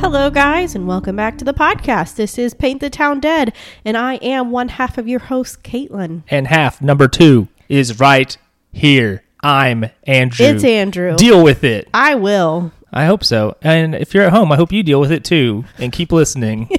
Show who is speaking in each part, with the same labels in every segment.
Speaker 1: Hello, guys, and welcome back to the podcast. This is Paint the Town Dead, and I am one half of your host, Caitlin.
Speaker 2: and half number two is right here. I'm Andrew.
Speaker 1: It's Andrew.
Speaker 2: Deal with it.
Speaker 1: I will.
Speaker 2: I hope so. And if you're at home, I hope you deal with it too and keep listening.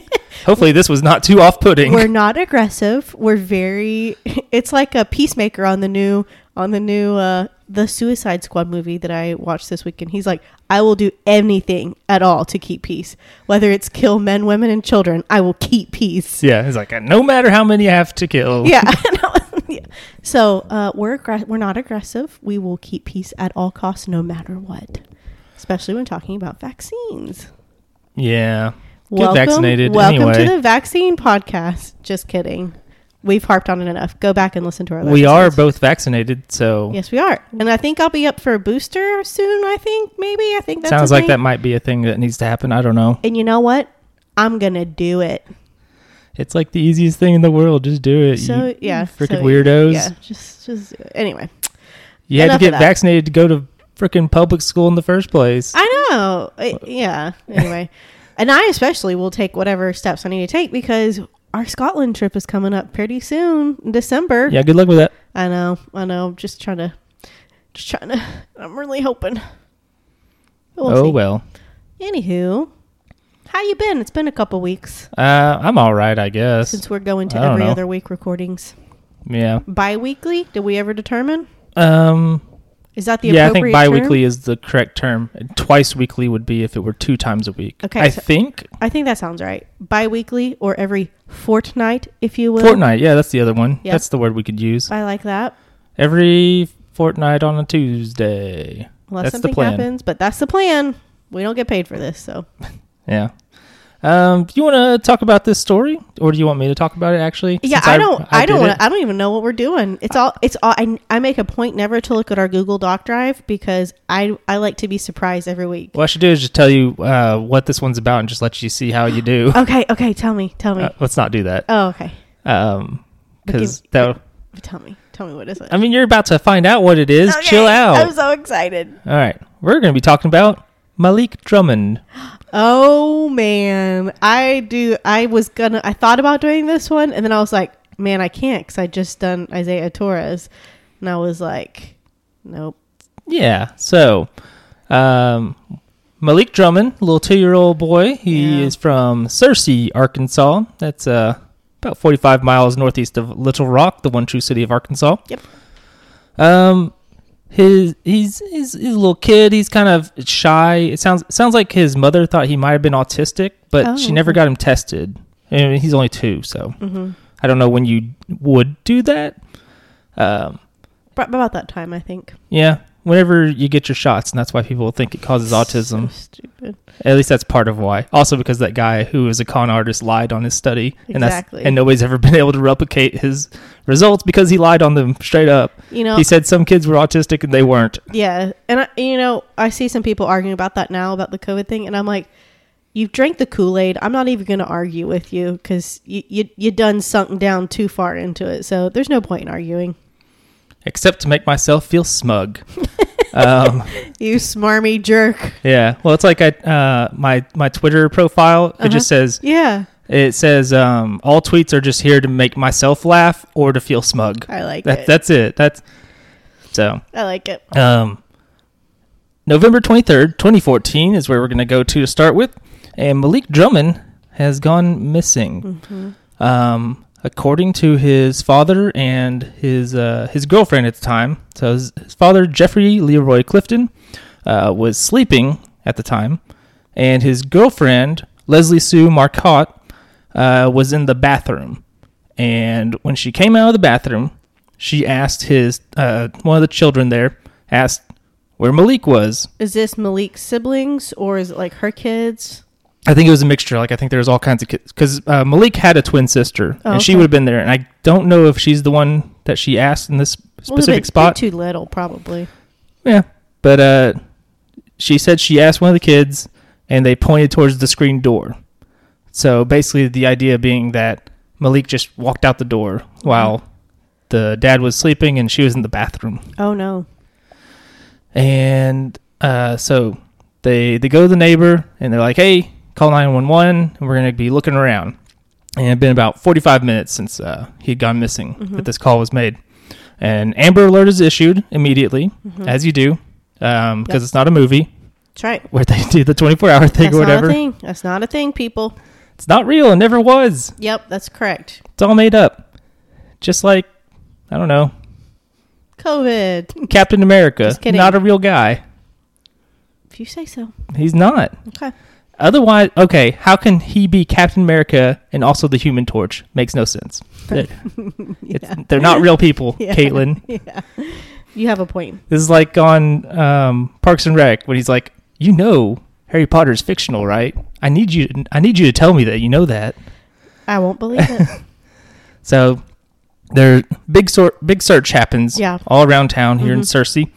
Speaker 2: Hopefully, this was not too off
Speaker 1: We're
Speaker 2: putting.
Speaker 1: not aggressive. We're very. It's like a peacemaker on the new on the new uh the Suicide Squad movie that I watched this weekend. He's like, I will do anything at all to keep peace, whether it's kill men, women, and children. I will keep peace.
Speaker 2: Yeah, it's like uh, no matter how many I have to kill.
Speaker 1: yeah. No, yeah. So uh, we're aggra- we're not aggressive. We will keep peace at all costs, no matter what. Especially when talking about vaccines.
Speaker 2: Yeah. Get vaccinated
Speaker 1: welcome
Speaker 2: anyway.
Speaker 1: to the vaccine podcast. Just kidding. We've harped on it enough. Go back and listen to our.
Speaker 2: we are
Speaker 1: episodes.
Speaker 2: both vaccinated, so
Speaker 1: Yes, we are, and I think I'll be up for a booster soon. I think maybe I think that's
Speaker 2: sounds
Speaker 1: a
Speaker 2: like
Speaker 1: thing.
Speaker 2: that might be a thing that needs to happen. I don't know.
Speaker 1: And you know what? I'm gonna do it.
Speaker 2: It's like the easiest thing in the world. Just do it.
Speaker 1: So
Speaker 2: you
Speaker 1: yeah,
Speaker 2: freaking
Speaker 1: so,
Speaker 2: weirdos.
Speaker 1: Yeah, just just anyway.
Speaker 2: You had
Speaker 1: Enough
Speaker 2: to
Speaker 1: of
Speaker 2: get
Speaker 1: that.
Speaker 2: vaccinated to go to freaking public school in the first place.
Speaker 1: I know. I- yeah. Anyway, and I especially will take whatever steps I need to take because our Scotland trip is coming up pretty soon, in December.
Speaker 2: yeah, good luck with that.
Speaker 1: I know. I know. I'm Just trying to, just trying to. I'm really hoping. But we'll
Speaker 2: oh
Speaker 1: see.
Speaker 2: well.
Speaker 1: Anywho, how you been? It's been a couple weeks
Speaker 2: Uh, I'm all right, I guess.
Speaker 1: since we're going to
Speaker 2: I don't
Speaker 1: every
Speaker 2: know.
Speaker 1: other week recordings.
Speaker 2: yeah.
Speaker 1: Bi-weekly? Did we ever determine?
Speaker 2: Um.
Speaker 1: Is that the
Speaker 2: Yeah, I think
Speaker 1: appropriate term?
Speaker 2: bi-weekly is the correct term. Twice weekly would be if it were two times a week.
Speaker 1: Okay,
Speaker 2: I
Speaker 1: so-
Speaker 2: think
Speaker 1: I think that sounds right. Bi-weekly or every fortnight, if you will.
Speaker 2: fortnight. Yeah, that's the other one.
Speaker 1: Yeah.
Speaker 2: That's the word we could use.
Speaker 1: I like that.
Speaker 2: Every fortnight on a Tuesday.
Speaker 1: unless
Speaker 2: that's the
Speaker 1: something
Speaker 2: plan.
Speaker 1: happens. But that's the plan. We don't get paid for this, so
Speaker 2: Yeah. Um. Do you want to talk about this story, or do you want me to talk about it? Actually.
Speaker 1: yeah.
Speaker 2: Since
Speaker 1: I don't. I,
Speaker 2: did
Speaker 1: don't. Wanna,
Speaker 2: it.
Speaker 1: I don't even know what we're doing. It's all. It's all. I, I make a point never to look at our Google Doc Drive because I I like to be surprised every week.
Speaker 2: What I should do is just tell you uh, what this one's about and just let you see how you do.
Speaker 1: Okay. Okay. Tell me. Tell me.
Speaker 2: Uh, let's not do that.
Speaker 1: oh, okay.
Speaker 2: Um
Speaker 1: But
Speaker 2: 'cause because
Speaker 1: give-
Speaker 2: that.
Speaker 1: Tell me. Tell me what is it?
Speaker 2: I mean, you're about to find out what it is.
Speaker 1: Okay,
Speaker 2: Chill out.
Speaker 1: I'm so excited.
Speaker 2: All right, we're going to be talking about Malik Drummond.
Speaker 1: Oh man, I do. I was gonna. I thought about doing this one, and then I was like, man, I can't because I just done Isaiah Torres, and I was like, nope.
Speaker 2: Yeah. So, um, Malik Drummond, little two-year-old boy. He
Speaker 1: Yeah.
Speaker 2: is from Searcy, Arkansas. That's uh, about 45 miles northeast of Little Rock, the one true city of Arkansas.
Speaker 1: Yep.
Speaker 2: Um, his he's he's, he's a little kid. He's kind of shy. It sounds sounds like his mother thought he might have been autistic, but she
Speaker 1: Oh.
Speaker 2: never got him tested. And he's only two, so
Speaker 1: Mm-hmm.
Speaker 2: I don't know when you would do that. Um,
Speaker 1: About- About that time, I think.
Speaker 2: yeah, whenever you get your shots, and that's why people think it causes autism.
Speaker 1: So stupid.
Speaker 2: At least that's part of why. Also, because that guy who was a con artist lied on his study, and
Speaker 1: Exactly.
Speaker 2: that's and nobody's ever been able to replicate his results because he lied on them straight up.
Speaker 1: You know,
Speaker 2: He said some kids were autistic and they weren't.
Speaker 1: yeah. And, I, you know, I see some people arguing about that now about the COVID thing. And I'm like, you've drank the Kool Aid. I'm not even going to argue with you because you, you, you done sunk down too far into it. So there's no point in arguing.
Speaker 2: except to make myself feel smug. um,
Speaker 1: You smarmy jerk.
Speaker 2: yeah, well, it's like I uh, my my Twitter profile. It just says
Speaker 1: Yeah.
Speaker 2: it says um, all tweets are just here to make myself laugh or to feel smug.
Speaker 1: I like
Speaker 2: That,
Speaker 1: it.
Speaker 2: that's it. That's so.
Speaker 1: I like it.
Speaker 2: Um, November twenty third, twenty fourteen, is where we're going to go to to start with, and Malik Drummond has gone missing.
Speaker 1: Mm-hmm.
Speaker 2: Um, according to his father and his uh, his girlfriend at the time. So his, his father, Jeffrey Leroy Clifton, uh, was sleeping at the time, and his girlfriend, Leslie Sue Marcotte, uh, was in the bathroom. And when she came out of the bathroom, she asked his uh, one of the children there asked where Malik was.
Speaker 1: Is this Malik's siblings or is it like her kids?
Speaker 2: I think it was a mixture. Like I think there was all kinds of kids because uh, Malik had a twin sister,
Speaker 1: Oh,
Speaker 2: and she
Speaker 1: okay.
Speaker 2: would have been there. And I don't know if she's the one that she asked in this
Speaker 1: Well, they're
Speaker 2: specific
Speaker 1: bit-
Speaker 2: spot.
Speaker 1: Too little, probably.
Speaker 2: yeah, but uh, she said she asked one of the kids, and they pointed towards the screen door. So basically, the idea being that Malik just walked out the door while the dad was sleeping, and she was in the bathroom.
Speaker 1: Oh, no.
Speaker 2: And uh, so they they go to the neighbor and they're like, "Hey, call 911, and we're going to be looking around. And it had been about 45 minutes since uh, he had gone missing
Speaker 1: Mm-hmm.
Speaker 2: that this call was made. And Amber Alert is issued immediately, as you do, because
Speaker 1: Mm-hmm. Yep.
Speaker 2: it's not a movie
Speaker 1: That's right.
Speaker 2: where they do the 24 hour thing
Speaker 1: That's
Speaker 2: or
Speaker 1: not
Speaker 2: whatever.
Speaker 1: a thing. That's not a thing, people.
Speaker 2: It's not real. It never was.
Speaker 1: Yep, that's correct.
Speaker 2: It's all made up. Just like, I don't know,
Speaker 1: COVID.
Speaker 2: Captain America.
Speaker 1: Just kidding.
Speaker 2: Not a real guy.
Speaker 1: If you say so.
Speaker 2: He's not.
Speaker 1: Okay.
Speaker 2: Otherwise, okay, how can he be Captain America and also the Human Torch? Makes no sense. They're, it's, they're not real people,
Speaker 1: Yeah.
Speaker 2: Caitlin.
Speaker 1: Yeah. You have a point.
Speaker 2: This is like on um, Parks and Rec when he's like, "You know, Harry Potter's fictional, right? I need you. I need you to tell me that you know that."
Speaker 1: I won't believe it.
Speaker 2: So there, big sort, big search happens.
Speaker 1: Yeah. Mm-hmm.
Speaker 2: all around town here in Searcy.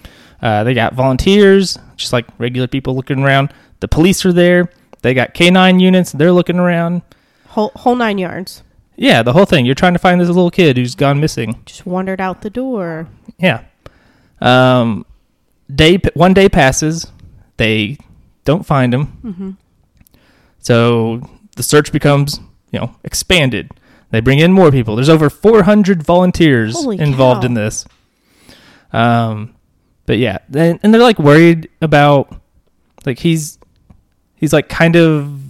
Speaker 2: Uh, they got volunteers, just like regular people looking around. The police are there. They got K9 units. They're looking around.
Speaker 1: whole, whole nine yards.
Speaker 2: Yeah, the whole thing. You're trying to find this little kid who's gone missing.
Speaker 1: Just wandered out the door.
Speaker 2: Yeah. Um, day one day passes. They don't find him.
Speaker 1: Mm-hmm.
Speaker 2: So the search becomes, you know, expanded. They bring in more people. There's over 400 volunteers
Speaker 1: Holy
Speaker 2: involved
Speaker 1: cow.
Speaker 2: in this. Um, but yeah, then and they're like worried about, like he's, he's like kind of,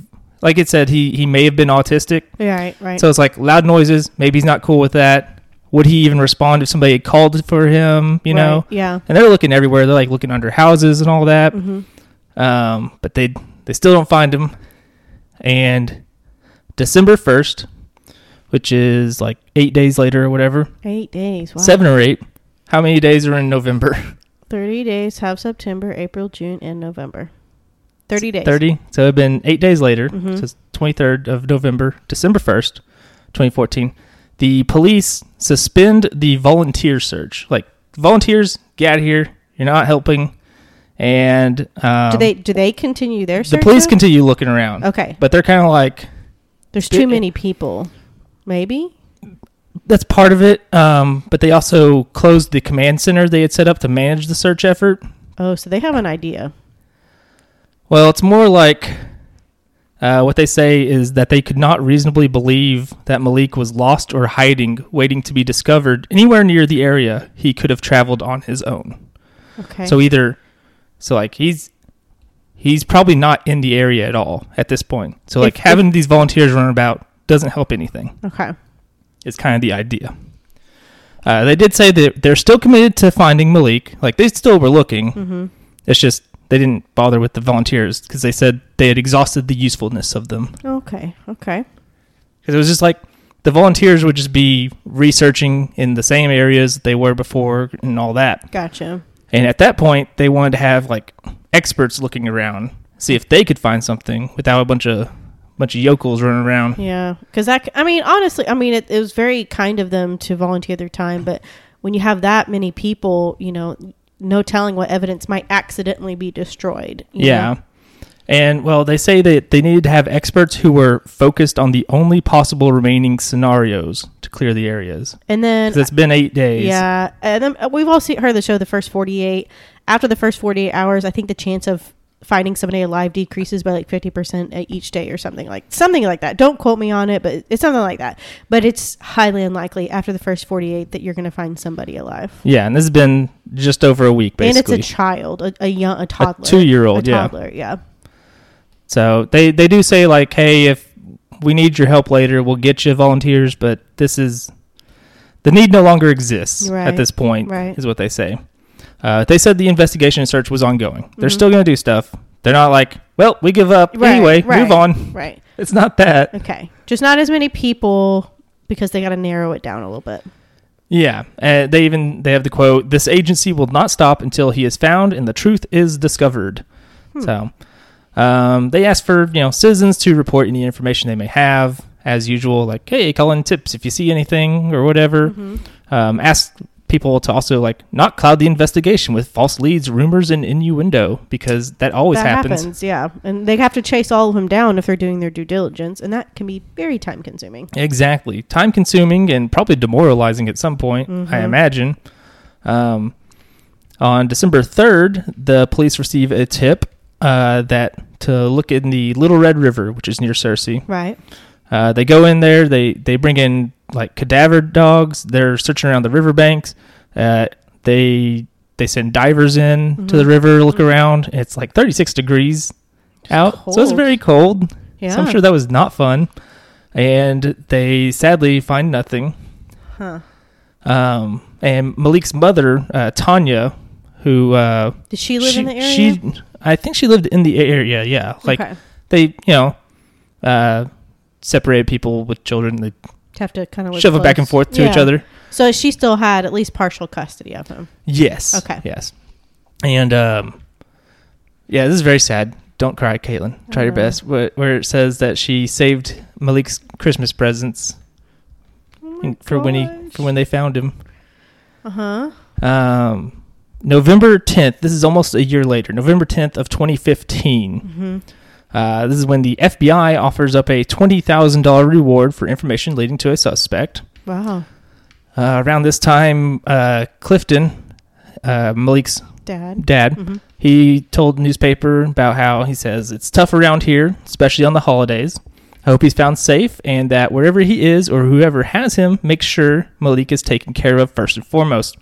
Speaker 2: like it said, he he may have been autistic.
Speaker 1: Yeah, right, right.
Speaker 2: So it's like loud noises. Maybe he's not cool with that. Would he even respond if somebody had called for him? You know.
Speaker 1: Right, yeah. Mm-hmm.
Speaker 2: And they're looking everywhere. They're like looking under houses and all that. Um, but they they still don't find him. And December first, which is like eight days later or whatever,
Speaker 1: Eight days. Wow.
Speaker 2: seven or eight. How many days are in November?
Speaker 1: 30 days have September, April, June, and November. 30 days.
Speaker 2: Thirty. So it'd been eight days later.
Speaker 1: Mhm.
Speaker 2: So it's twenty third of November, December first, twenty fourteen. The police suspend the volunteer search. Like volunteers, get out of here. You're not helping. And um,
Speaker 1: Do they do they continue their
Speaker 2: the
Speaker 1: search?
Speaker 2: police
Speaker 1: though?
Speaker 2: continue looking around.
Speaker 1: Okay.
Speaker 2: But they're kind of like
Speaker 1: There's too many people. Maybe?
Speaker 2: that's part of it. Um, but they also closed the command center they had set up to manage the search effort.
Speaker 1: Oh, so they have an idea.
Speaker 2: Well, it's more like uh, what they say is that they could not reasonably believe that Malik was lost or hiding, waiting to be discovered anywhere near the area he could have traveled on his own.
Speaker 1: Okay.
Speaker 2: So either, so like he's he's probably not in the area at all at this point. So like
Speaker 1: If- if-
Speaker 2: having these volunteers run about doesn't help anything.
Speaker 1: okay.
Speaker 2: is kind of the idea. Uh, they did say that they're still committed to finding Malik. Like they still were looking.
Speaker 1: Mm-hmm.
Speaker 2: It's just they didn't bother with the volunteers because they said they had exhausted the usefulness of them.
Speaker 1: Okay. Okay.
Speaker 2: Because it was just like the volunteers would just be researching in the same areas that they were before and all that.
Speaker 1: Gotcha.
Speaker 2: And at that point, they wanted to have like experts looking around, see if they could find something without a bunch of bunch of yokels running around.
Speaker 1: Yeah, because that. c- I mean, honestly, I mean, it, it was very kind of them to volunteer their time, but when you have that many people, you know, no telling what evidence might accidentally be destroyed. you
Speaker 2: Yeah.
Speaker 1: know?
Speaker 2: And well, they say that they needed to have experts who were focused on the only possible remaining scenarios to clear the areas.
Speaker 1: and then
Speaker 2: 'Cause it's been eight days.
Speaker 1: yeah, and then uh, we've all seen, heard the show, the first forty-eight. After the first forty-eight hours, I think the chance of finding somebody alive decreases by like fifty percent each day, or something like something like that. Don't quote me on it, but it's something like that. But it's highly unlikely after the first forty-eight that you're going to find somebody alive.
Speaker 2: Yeah, and this has been just over a week, basically.
Speaker 1: And it's a child, a, a young, a toddler,
Speaker 2: two-year-old,
Speaker 1: a
Speaker 2: yeah.
Speaker 1: toddler, yeah,
Speaker 2: so they, they do say, like, hey, if we need your help later, we'll get you volunteers, but this is the need no longer exists
Speaker 1: Right,
Speaker 2: at this point,
Speaker 1: right.
Speaker 2: is what they say. Uh, they said the investigation and search was ongoing. They're still going to do stuff. They're not like, well, we give up.
Speaker 1: Mm-hmm. Right,
Speaker 2: anyway,
Speaker 1: right.
Speaker 2: move on.
Speaker 1: right.
Speaker 2: It's not that.
Speaker 1: Okay, just not as many people because they got to narrow it down a little bit.
Speaker 2: Yeah, uh, they even they have the quote: "This agency will not stop until he is found and the truth is discovered."
Speaker 1: Hmm.
Speaker 2: So, um, they ask for you know citizens to report any information they may have, as usual, like hey, call in tips if you see anything or whatever.
Speaker 1: Mm-hmm.
Speaker 2: Um, ask people to also like not cloud the investigation with false leads, rumors, and innuendo because that always
Speaker 1: that
Speaker 2: happens.
Speaker 1: yeah, and they have to chase all of them down if they're doing their due diligence, and that can be very time consuming.
Speaker 2: Exactly. Time consuming and probably demoralizing at some point, I imagine. Um, on December 3rd, the police receive a tip uh, that to look in the Little Red River, which is near Cersei.
Speaker 1: Right.
Speaker 2: Uh, they go in there. They they bring in like cadaver dogs. They're searching around the riverbanks. Uh, they they send divers in to
Speaker 1: Mm-hmm.
Speaker 2: the river look around. It's like 36 degrees out, so it's
Speaker 1: cold.
Speaker 2: very cold.
Speaker 1: Yeah.
Speaker 2: So I'm sure that was not fun. And they sadly find nothing.
Speaker 1: Huh.
Speaker 2: Um, and Malik's mother, uh, Tanya, who uh,
Speaker 1: Did she live in the area?
Speaker 2: she I think she lived in the area. Yeah, like
Speaker 1: okay.
Speaker 2: they you know uh, separated people with children. They
Speaker 1: have to kind of
Speaker 2: shove them back and forth to each other.
Speaker 1: So she still had at least partial custody of him.
Speaker 2: Yes.
Speaker 1: Okay.
Speaker 2: Yes. And um, yeah, this is very sad. Don't cry, Caitlin. Try your
Speaker 1: Uh.
Speaker 2: best. Where, where it says that she saved Malik's Christmas presents
Speaker 1: Oh
Speaker 2: in- Oh for when he for when they found him.
Speaker 1: Uh huh.
Speaker 2: Um, November 10th. This is almost a year later. November 10th of 2015.
Speaker 1: Mm-hmm.
Speaker 2: Uh, this is when the FBI offers up a $20,000 reward for information leading to a suspect.
Speaker 1: Wow.
Speaker 2: Uh, around this time, uh, Clifton, uh, Malik's
Speaker 1: Dad.
Speaker 2: dad,
Speaker 1: Mhm.
Speaker 2: he told the newspaper about how he says it's tough around here, especially on the holidays. I hope he's found safe and that wherever he is or whoever has him, make sure Malik is taken care of first and foremost.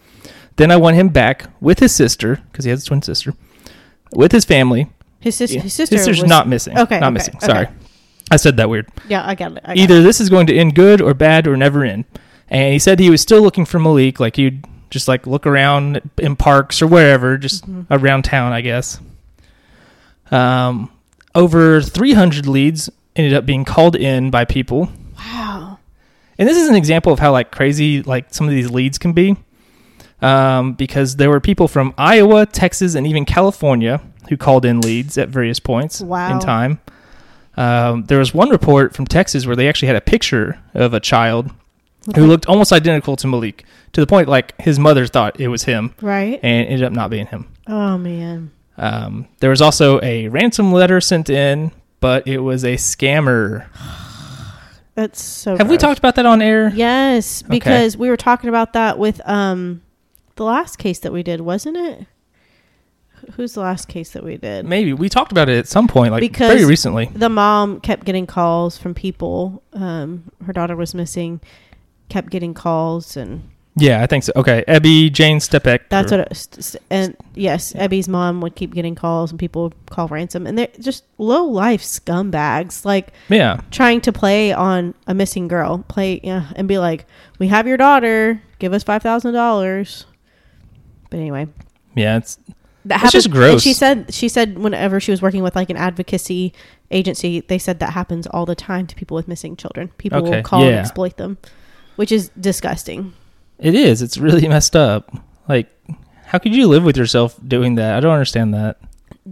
Speaker 2: Then I want him back with his sister, because he has a twin sister, with his family.
Speaker 1: His, sis-
Speaker 2: Yeah.
Speaker 1: his sister.
Speaker 2: His sister's
Speaker 1: was-
Speaker 2: not missing.
Speaker 1: Okay,
Speaker 2: Not
Speaker 1: okay,
Speaker 2: missing.
Speaker 1: okay.
Speaker 2: Sorry. I said that weird.
Speaker 1: Yeah, I got it. I got
Speaker 2: Either this is going to end good or bad or never end. And he said he was still looking for Malik. Like he'd just like look around in parks or wherever, just
Speaker 1: Mm-hmm.
Speaker 2: around town, I guess. Um, over 300 leads ended up being called in by people.
Speaker 1: it. Wow.
Speaker 2: And this is an example of how like crazy like some of these leads can be. Um, because there were people from Iowa, Texas, and even California who called in leads at various points
Speaker 1: Wow.
Speaker 2: in time. Um, there was one report from Texas where they actually had a picture of a child who looked almost identical to Malik to the point like his mother thought it was him
Speaker 1: Right.
Speaker 2: and it ended up not being him.
Speaker 1: Oh man.
Speaker 2: Um, there was also a ransom letter sent in, but it was a scammer.
Speaker 1: That's so.
Speaker 2: Have we
Speaker 1: gross.
Speaker 2: talked about that on air?
Speaker 1: Yes, because we were talking about that with um, the last case that we did, wasn't it? Wh- Who's the last case that we did?
Speaker 2: Maybe we talked about it at some point, like
Speaker 1: Because-
Speaker 2: very recently.
Speaker 1: the mom kept getting calls from people. Um, her daughter was missing. Kept getting calls, and
Speaker 2: Yeah, I think so. Okay, Abby Jane Stepek.
Speaker 1: that's what. It was, s- and yes, Ebby's mom would keep getting calls, and people would call ransom, and they're just low life scumbags. Like
Speaker 2: yeah,
Speaker 1: trying to play on a missing girl, play yeah, and be like, "We have your daughter. Give us five thousand dollars." But anyway,
Speaker 2: yeah. It's
Speaker 1: that
Speaker 2: It's
Speaker 1: happens.
Speaker 2: just gross.
Speaker 1: And she said she said whenever she was working with like an advocacy agency, they said that happens all the time to people with missing children. People
Speaker 2: Okay,
Speaker 1: will call and
Speaker 2: yeah.
Speaker 1: exploit them, which is disgusting.
Speaker 2: it is. It's really messed up. Like, how could you live with yourself doing that? I don't understand that.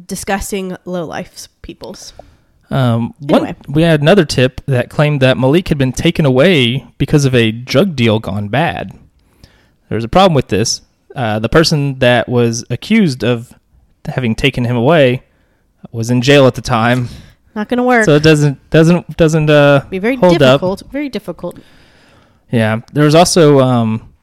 Speaker 1: Disgusting low life peoples.
Speaker 2: Um, one,
Speaker 1: Anyway.
Speaker 2: we had another tip that claimed that Malik had been taken away because of a drug deal gone bad. There was a problem with this. Uh, the person that was accused of having taken him away was in jail at the time,
Speaker 1: Not going to work.
Speaker 2: so it doesn't doesn't doesn't uh,
Speaker 1: be very
Speaker 2: hold up.
Speaker 1: difficult. Very difficult.
Speaker 2: Yeah. There was also um,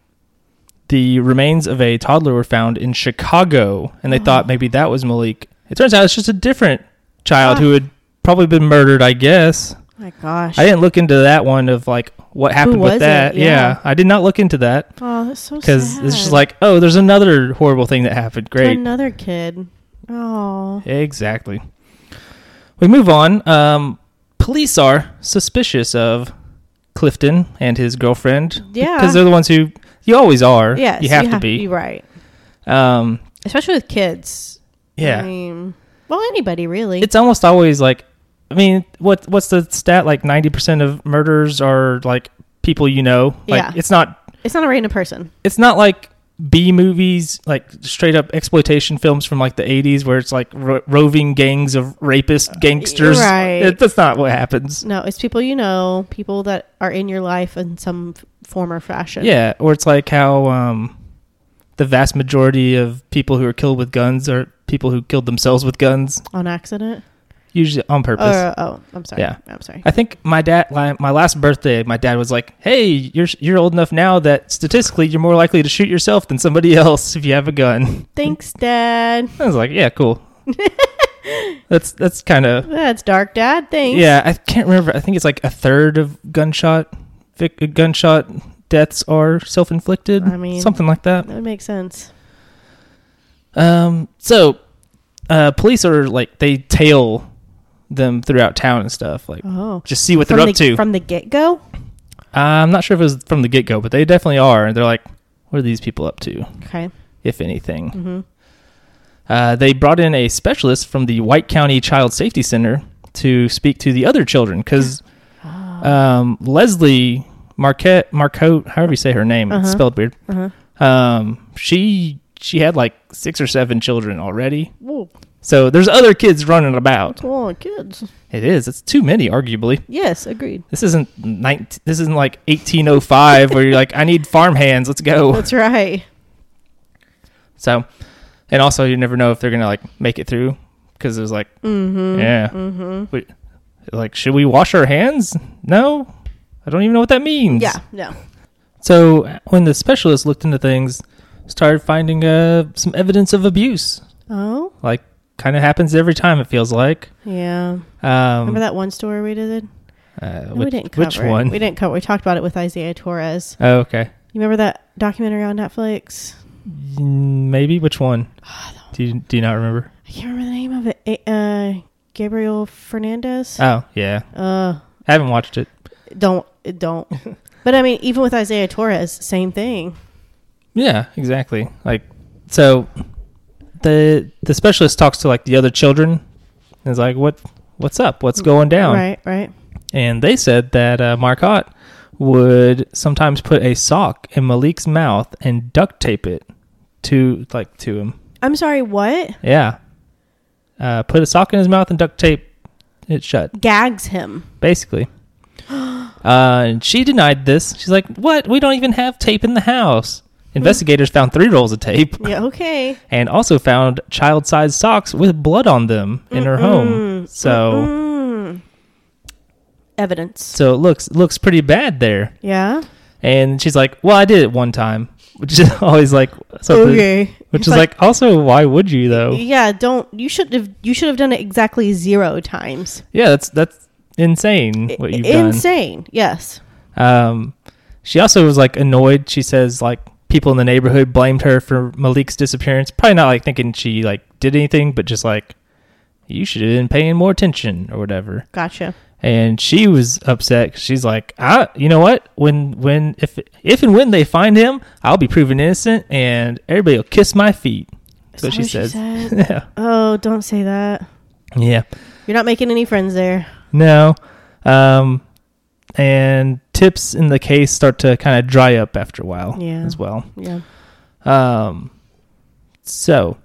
Speaker 2: the remains of a toddler were found in Chicago, and they
Speaker 1: Oh.
Speaker 2: thought maybe that was Malik. It turns out it's just a different child
Speaker 1: Ah.
Speaker 2: who had probably been murdered, I guess.
Speaker 1: my gosh.
Speaker 2: I didn't look into that one of like what happened
Speaker 1: was
Speaker 2: with
Speaker 1: it?
Speaker 2: that. Yeah.
Speaker 1: Yeah.
Speaker 2: I did not look into that
Speaker 1: oh, that's so sad.
Speaker 2: because it's just like, oh, there's another horrible thing that happened.
Speaker 1: To
Speaker 2: Great.
Speaker 1: another kid. Oh.
Speaker 2: Exactly. We move on. Um, police are suspicious of Clifton and his girlfriend.
Speaker 1: Yeah.
Speaker 2: Because they're the ones who, you always are.
Speaker 1: Yes,
Speaker 2: You have to
Speaker 1: ha-
Speaker 2: be.
Speaker 1: You're right,
Speaker 2: Um,
Speaker 1: especially with kids. I
Speaker 2: yeah.
Speaker 1: mean, well, anybody really.
Speaker 2: It's almost always like, I mean, what what's the stat? Like 90% of murders are like people you know. Like,
Speaker 1: Yeah.
Speaker 2: It's not
Speaker 1: it's not a random person.
Speaker 2: it's not like B movies, like straight up exploitation films from like the 80s where it's like ro- roving gangs of rapist gangsters.
Speaker 1: Uh, Right.
Speaker 2: It- that's not what happens.
Speaker 1: No, it's people you know, people that are in your life in some f- form or fashion.
Speaker 2: Yeah, or it's like how um, the vast majority of people who are killed with guns are people who killed themselves with guns,
Speaker 1: on accident.
Speaker 2: usually on purpose.
Speaker 1: Or, oh, I'm sorry.
Speaker 2: Yeah.
Speaker 1: I'm sorry.
Speaker 2: I think my dad, my, my last birthday, my dad was like, "Hey, you're you're old enough now that statistically you're more likely to shoot yourself than somebody else if you have a gun."
Speaker 1: Thanks, Dad.
Speaker 2: I was like, "Yeah, cool." That's that's kind of
Speaker 1: That's dark, Dad. Thanks.
Speaker 2: yeah. I can't remember. I think it's like a third of gunshot vic- gunshot deaths are self inflicted.
Speaker 1: I mean-
Speaker 2: something like that.
Speaker 1: that makes sense.
Speaker 2: Um, so uh, police are like they tail them throughout town and stuff. Like
Speaker 1: Oh,
Speaker 2: just see what
Speaker 1: from
Speaker 2: they're
Speaker 1: the,
Speaker 2: up to.
Speaker 1: from the get go.
Speaker 2: I'm not sure if it was from the get go, but they definitely are. And they're like, what are these people up to,
Speaker 1: Okay.
Speaker 2: if anything?
Speaker 1: hmm
Speaker 2: Uh, they brought in a specialist from the White County Child Safety Center to speak to the other children because um, Leslie Marquette, Marcotte, however you say her name,
Speaker 1: Uh-huh.
Speaker 2: it's spelled weird.
Speaker 1: Uh-huh.
Speaker 2: Um, she she had like six or seven children already,
Speaker 1: Whoa,
Speaker 2: so there's other kids running
Speaker 1: that's
Speaker 2: about.
Speaker 1: a lot of kids.
Speaker 2: It is. It's too many, arguably.
Speaker 1: Yes, agreed.
Speaker 2: This isn't 19, This isn't like 1805 where you're like, I need farm hands. Let's go.
Speaker 1: That's right.
Speaker 2: So, and also you never know if they're gonna like make it through because there's like,
Speaker 1: Mm-hmm.
Speaker 2: yeah,
Speaker 1: Mm-hmm.
Speaker 2: we, like should we wash our hands? No, I don't even know what that means.
Speaker 1: Yeah. No.
Speaker 2: So when the specialist looked into things, started finding uh some evidence of abuse.
Speaker 1: Oh.
Speaker 2: Like, kind of happens every time. It feels like.
Speaker 1: Yeah.
Speaker 2: Um,
Speaker 1: Remember that one story we did?
Speaker 2: Uh,
Speaker 1: No,
Speaker 2: which,
Speaker 1: we didn't cover.
Speaker 2: which
Speaker 1: it.
Speaker 2: one?
Speaker 1: We didn't cover. We talked about it with Isaiah Torres.
Speaker 2: oh, okay.
Speaker 1: You remember that documentary on Netflix?
Speaker 2: Mm, Maybe which one? Do you do you not remember?
Speaker 1: I can't remember the name of it. A- Uh, Gabriel Fernandez.
Speaker 2: Oh yeah,
Speaker 1: Uh,
Speaker 2: I haven't watched it.
Speaker 1: don't don't. but I mean, even with Isaiah Torres, same thing.
Speaker 2: Yeah, exactly. Like so the the specialist talks to like the other children and is like, What what's up? What's going down?
Speaker 1: Right. Right.
Speaker 2: And they said that uh, Marcotte would sometimes put a sock in Malik's mouth and duct tape it to like to him.
Speaker 1: I'm sorry. What
Speaker 2: Yeah. Uh, put a sock in his mouth and duct tape it shut,
Speaker 1: gags him?
Speaker 2: basically. Uh, and she denied this. She's like, "What? We don't even have tape in the house." Investigators found three rolls of tape
Speaker 1: Yeah. Okay.
Speaker 2: and also found child-sized socks with blood on them in her home. So,
Speaker 1: Mm. Evidence.
Speaker 2: so it looks it looks pretty bad there.
Speaker 1: Yeah.
Speaker 2: And she's like, "Well, I did it one time," which is always like something. Which
Speaker 1: It's
Speaker 2: is like, also, why would you though?
Speaker 1: Yeah, don't you should have you should have done it exactly zero times.
Speaker 2: Yeah, that's that's insane Mm, what
Speaker 1: I-
Speaker 2: you've
Speaker 1: Insane. Yes.
Speaker 2: done. Um, she also was like annoyed. She says like people in the neighborhood blamed her for Malik's disappearance. Probably not like thinking she like did anything, but just like you should have been paying more attention or whatever.
Speaker 1: Gotcha.
Speaker 2: and she was upset 'cause she's like i you know what when when if if and when they find him i'll be proven innocent and everybody will kiss my feet
Speaker 1: Is
Speaker 2: so
Speaker 1: that
Speaker 2: she
Speaker 1: what she
Speaker 2: says
Speaker 1: said?
Speaker 2: yeah
Speaker 1: Oh, don't say that.
Speaker 2: yeah
Speaker 1: You're not making any friends there.
Speaker 2: no um and tips in the case start to kind of dry up after a while
Speaker 1: Yeah.
Speaker 2: as well
Speaker 1: Yeah.
Speaker 2: Um, so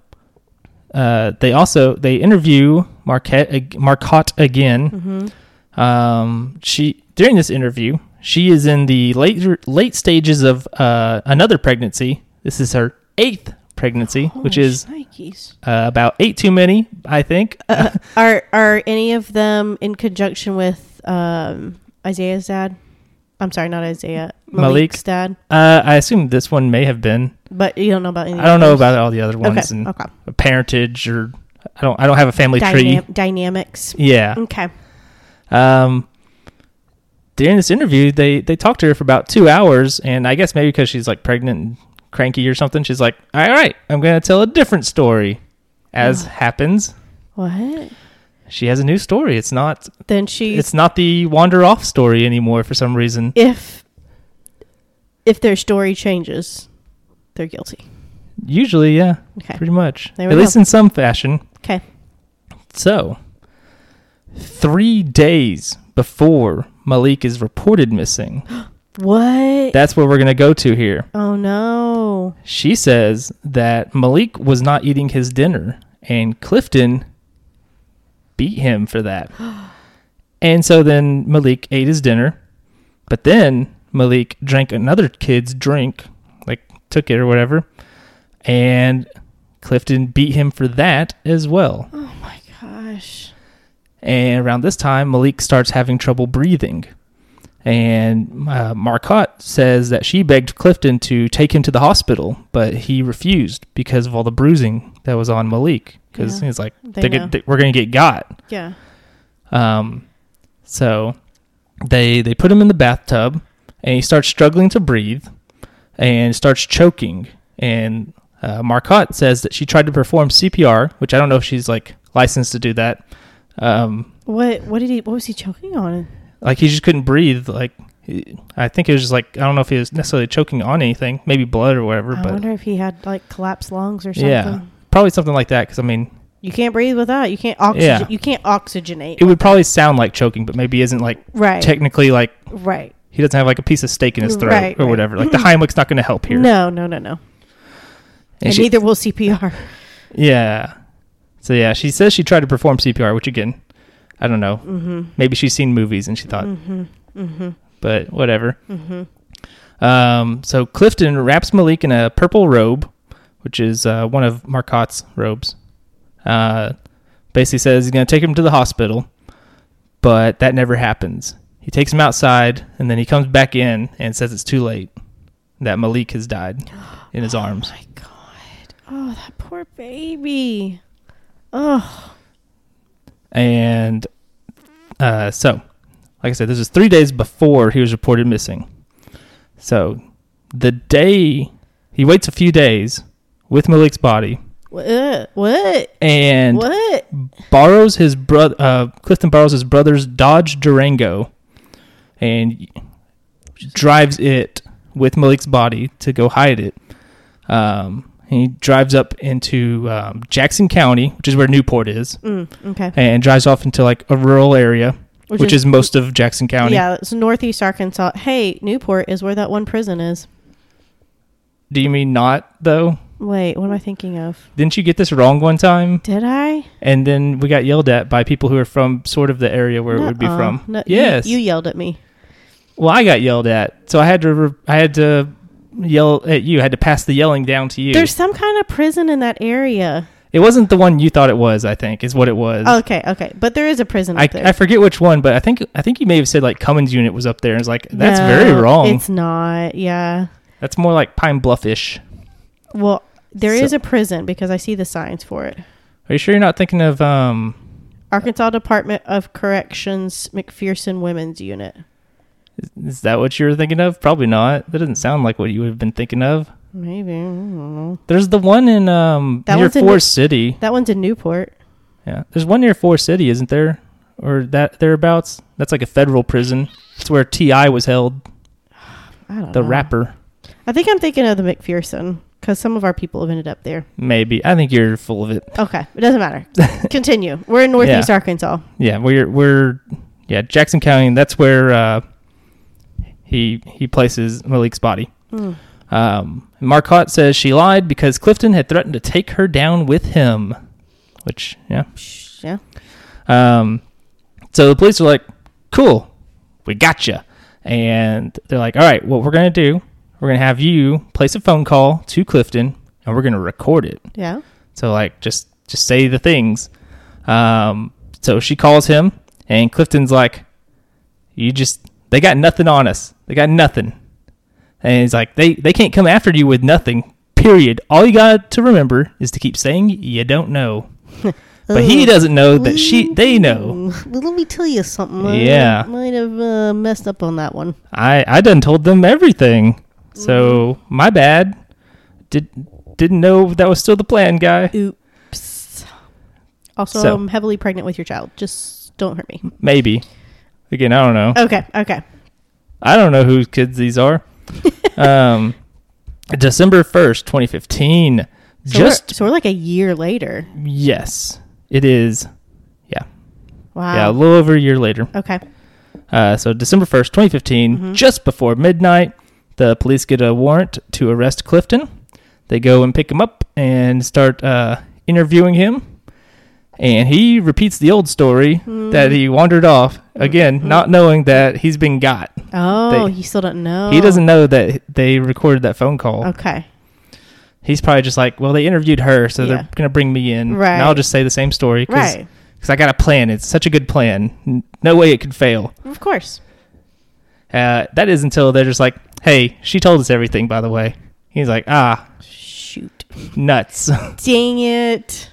Speaker 2: uh, they also they interview Marquette ag- Marcotte again.
Speaker 1: Mm-hmm.
Speaker 2: Um, she during this interview she is in the late late stages of uh, another pregnancy. This is her eighth pregnancy, which
Speaker 1: Holy
Speaker 2: is
Speaker 1: Oh, shnikes.
Speaker 2: uh, about eight too many, I think.
Speaker 1: Uh, are are any of them in conjunction with um Isaiah's dad? I'm sorry, not Isaiah.
Speaker 2: Malik.
Speaker 1: Malik's dad.
Speaker 2: Uh, I assume this one may have been.
Speaker 1: But you don't know about any
Speaker 2: I don't know about all the other ones
Speaker 1: Okay. Oh.
Speaker 2: and
Speaker 1: okay.
Speaker 2: parentage or I don't. I don't have a family tree.
Speaker 1: Dynam- dynamics.
Speaker 2: Yeah.
Speaker 1: Okay.
Speaker 2: Um, during this interview, they they talked to her for about two hours, and I guess maybe because she's like pregnant and cranky or something, she's like, "All right, I'm going to tell a different story." As happens,
Speaker 1: What?
Speaker 2: she has a new story. It's not
Speaker 1: Then she's
Speaker 2: it's not the wander off story anymore for some reason.
Speaker 1: if if their story changes, they're guilty.
Speaker 2: Usually, yeah,
Speaker 1: Okay.
Speaker 2: pretty much,
Speaker 1: There
Speaker 2: at
Speaker 1: we go.
Speaker 2: least in some fashion.
Speaker 1: Okay.
Speaker 2: So, three days before Malik is reported missing,
Speaker 1: What?
Speaker 2: that's where we're going to go to here.
Speaker 1: oh no.
Speaker 2: She says that Malik was not eating his dinner and Clifton beat him for that. And so then Malik ate his dinner, but then Malik drank another kid's drink, like took it or whatever, and Clifton beat him for that as well.
Speaker 1: Oh my gosh.
Speaker 2: And around this time, Malik starts having trouble breathing. And uh, Marcotte says that she begged Clifton to take him to the hospital, but he refused because of all the bruising that was on Malik. Because
Speaker 1: Yeah,
Speaker 2: he's like,
Speaker 1: they
Speaker 2: "They're
Speaker 1: know.
Speaker 2: gonna- we're going to get got.
Speaker 1: Yeah.
Speaker 2: Um, so they they put him in the bathtub, and he starts struggling to breathe, and starts choking. And uh, Marcotte says that she tried to perform CPR, which I don't know if she's like licensed to do that. Um,
Speaker 1: What what did he what was he choking on?
Speaker 2: like he just couldn't breathe. Like he- I think it was just like I don't know if he was necessarily choking on anything, maybe blood or whatever.
Speaker 1: I
Speaker 2: but
Speaker 1: wonder if he had like collapsed lungs or something.
Speaker 2: yeah, probably something like that. Because I mean,
Speaker 1: You can't breathe without. You can't oxygen.
Speaker 2: Yeah.
Speaker 1: You can't oxygenate.
Speaker 2: it would probably sound like choking, but maybe isn't like
Speaker 1: right.
Speaker 2: technically like
Speaker 1: right.
Speaker 2: he doesn't have like a piece of steak in his throat
Speaker 1: Right,
Speaker 2: or
Speaker 1: right.
Speaker 2: whatever. Like the Heimlich's not going to help here.
Speaker 1: No, no, no, no.
Speaker 2: And
Speaker 1: And,
Speaker 2: she-
Speaker 1: neither will CPR.
Speaker 2: Yeah. So yeah, she says she tried to perform CPR, which again, I don't know.
Speaker 1: Mm-hmm.
Speaker 2: Maybe she's seen movies and she thought,
Speaker 1: Mm-hmm. Mm-hmm.
Speaker 2: but whatever.
Speaker 1: Mm-hmm.
Speaker 2: Um, so Clifton wraps Malik in a purple robe, which is uh, one of Marcotte's robes. Uh, basically says he's going to take him to the hospital, but that never happens. He takes him outside, and then he comes back in and says it's too late. That Malik has died in his arms.
Speaker 1: My God. Oh, that poor baby. Oh.
Speaker 2: And uh, so, like I said, this is three days before he was reported missing. So, the day he waits a few days with Malik's body
Speaker 1: What? What?
Speaker 2: and
Speaker 1: what?
Speaker 2: borrows his brother, uh, Clifton borrows his brother's Dodge Durango and drives it with Malik's body to go hide it. Um, he drives up into um, Jackson County, which is where Newport is,
Speaker 1: Mm, okay.
Speaker 2: and drives off into like a rural area which, is, most of Jackson County.
Speaker 1: yeah, it's northeast Arkansas. Hey, Newport is where that one prison is.
Speaker 2: Do you mean not though?
Speaker 1: Wait, what am I thinking of?
Speaker 2: Didn't you get this wrong one time?
Speaker 1: Did I?
Speaker 2: And then we got yelled at by people who are from sort of the area where it would be
Speaker 1: Nuh-uh.
Speaker 2: from.
Speaker 1: No, you-
Speaker 2: yes.
Speaker 1: you, yelled at me.
Speaker 2: well, I got yelled at, so I had to re- I had to yell at you. I had to pass the yelling down to you.
Speaker 1: There's some kind of prison in that area.
Speaker 2: it wasn't the one you thought it was. I think is what it was.
Speaker 1: Okay, okay, but there is a prison
Speaker 2: I,
Speaker 1: up there.
Speaker 2: I forget which one, but I think I think you may have said like Cummins Unit was up there, and it's like that's very
Speaker 1: No,
Speaker 2: wrong.
Speaker 1: It's not. Yeah.
Speaker 2: That's more like Pine Bluff ish.
Speaker 1: Well, there is
Speaker 2: So-
Speaker 1: a prison because I see the signs for it.
Speaker 2: Are you sure you're not thinking of um?
Speaker 1: Arkansas Department of Corrections McPherson Women's Unit.
Speaker 2: Is that what you were thinking of? Probably not. That doesn't sound like what you would have been thinking of.
Speaker 1: Maybe. I don't know.
Speaker 2: There's the one in um
Speaker 1: That
Speaker 2: near
Speaker 1: one's in
Speaker 2: Four
Speaker 1: New-
Speaker 2: City.
Speaker 1: That one's in Newport.
Speaker 2: Yeah, there's one near Four City, isn't there? Or that thereabouts. That's like a federal prison. It's where Ti was held,
Speaker 1: I don't
Speaker 2: the
Speaker 1: know.
Speaker 2: rapper.
Speaker 1: I think I'm thinking of the McPherson because some of our people have ended up there.
Speaker 2: Maybe I think you're full of it.
Speaker 1: Okay, it doesn't matter. Continue. We're in Northeast Arkansas.
Speaker 2: Yeah, we're we're yeah Jackson County. and That's where uh, he he places Malik's body.
Speaker 1: Mm.
Speaker 2: Um, Marcotte says she lied because Clifton had threatened to take her down with him, which yeah
Speaker 1: Psh, Yeah.
Speaker 2: Um, so the police are like, "Cool, we got you," and they're like, "All right, what we're gonna do? We're gonna have you place a phone call to Clifton, and we're gonna record it.
Speaker 1: Yeah.
Speaker 2: So like, just just say the things." Um, so she calls him, and Clifton's like, "You just they got nothing on us. They got nothing." And he's like, "They they can't come after you with nothing." Period. All you got to remember is to keep saying you don't know. But
Speaker 1: Mm.
Speaker 2: he doesn't know that she they know.
Speaker 1: Well, let me tell you something.
Speaker 2: Yeah.
Speaker 1: I might have uh, messed up on that one.
Speaker 2: I I done told them everything. So my bad. Did didn't know that was still the plan, guy.
Speaker 1: Oops. Also,
Speaker 2: So-
Speaker 1: I'm heavily pregnant with your child. Just don't hurt me.
Speaker 2: Maybe. Again, I don't know.
Speaker 1: Okay. Okay.
Speaker 2: I don't know whose kids these are. um, December first, twenty fifteen.
Speaker 1: So
Speaker 2: Just
Speaker 1: we're, so we're like a year later.
Speaker 2: yes, it is. Yeah, yeah,
Speaker 1: Wow.
Speaker 2: a little over a year later.
Speaker 1: okay.
Speaker 2: Uh, so December 1st, 2015,
Speaker 1: Mm-hmm.
Speaker 2: just before midnight, the police get a warrant to arrest Clifton. They go and pick him up and start uh, interviewing him. And he repeats the old story
Speaker 1: Hmm.
Speaker 2: that he wandered off, again,
Speaker 1: Mm-hmm.
Speaker 2: not knowing that he's been got.
Speaker 1: Oh,
Speaker 2: They-
Speaker 1: you still don't know.
Speaker 2: He doesn't know that they recorded that phone call.
Speaker 1: Oh. Okay.
Speaker 2: He's probably just like, well, they interviewed her, so
Speaker 1: Yeah.
Speaker 2: they're going to bring me in.
Speaker 1: Right.
Speaker 2: And I'll just say the same story because
Speaker 1: Right.
Speaker 2: I got a plan. It's such a good plan. N- No way it could fail.
Speaker 1: Of course.
Speaker 2: Uh, that is until they're just like, "Hey, she told us everything." By the way, he's like, "Ah,
Speaker 1: Shoot.
Speaker 2: nuts!
Speaker 1: Dang it.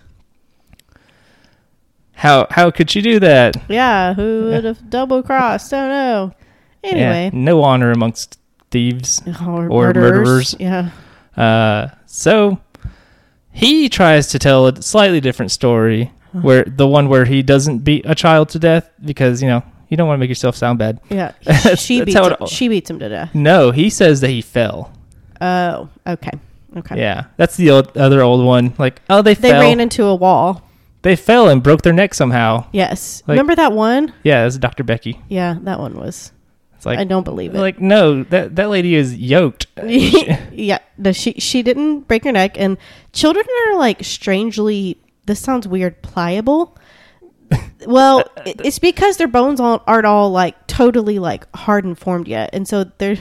Speaker 2: how how could she do that?"
Speaker 1: Yeah, who would have double crossed? Don't know.
Speaker 2: Yeah,
Speaker 1: Anyway.
Speaker 2: no honor amongst thieves.
Speaker 1: Or,
Speaker 2: Or murderers.
Speaker 1: Yeah.
Speaker 2: Uh, so he tries to tell a slightly different story, where the one where he doesn't beat a child to death because you know you don't want to make yourself sound bad.
Speaker 1: Yeah.
Speaker 2: That's-
Speaker 1: she
Speaker 2: that's
Speaker 1: beats
Speaker 2: how it
Speaker 1: him.
Speaker 2: all-
Speaker 1: she beats him to death.
Speaker 2: No, he says that he fell.
Speaker 1: Oh, okay. Okay.
Speaker 2: Yeah, that's the old, other old one. Like, oh, they,
Speaker 1: They
Speaker 2: fell.
Speaker 1: ran into a wall.
Speaker 2: they fell and broke their neck somehow.
Speaker 1: Yes.
Speaker 2: Like-
Speaker 1: Remember that one?
Speaker 2: Yeah, that's Dr. Becky.
Speaker 1: Yeah, that one was.
Speaker 2: It's like
Speaker 1: I don't believe it.
Speaker 2: like no, that that lady is yoked.
Speaker 1: yeah, no, she she didn't break her neck, and children are like strangely. This sounds weird. Pliable. Well, i- it's because their bones all, aren't all like totally like hard and formed yet, and so they're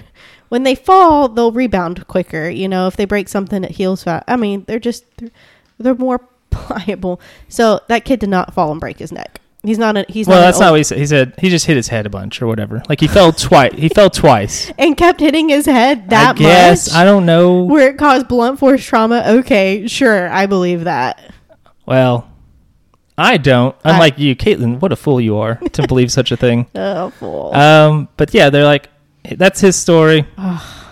Speaker 1: when they fall, they'll rebound quicker. You know, if they break something, it heals fast. I mean, they're just they're, they're more pliable. So that kid did not fall and break his neck. He's not. A, he's
Speaker 2: well,
Speaker 1: not an
Speaker 2: that's not
Speaker 1: old-
Speaker 2: what he said. He said he just hit his head a bunch or whatever. Like he fell twice. He fell twice.
Speaker 1: and kept hitting his head that
Speaker 2: I guess
Speaker 1: much.
Speaker 2: I don't know.
Speaker 1: where it caused blunt force trauma. Okay, sure, I believe that.
Speaker 2: Well, I don't.
Speaker 1: I-
Speaker 2: Unlike you, Caitlin, what a fool you are to believe such a thing.
Speaker 1: Oh, fool.
Speaker 2: Um, but yeah, they're like, that's his story,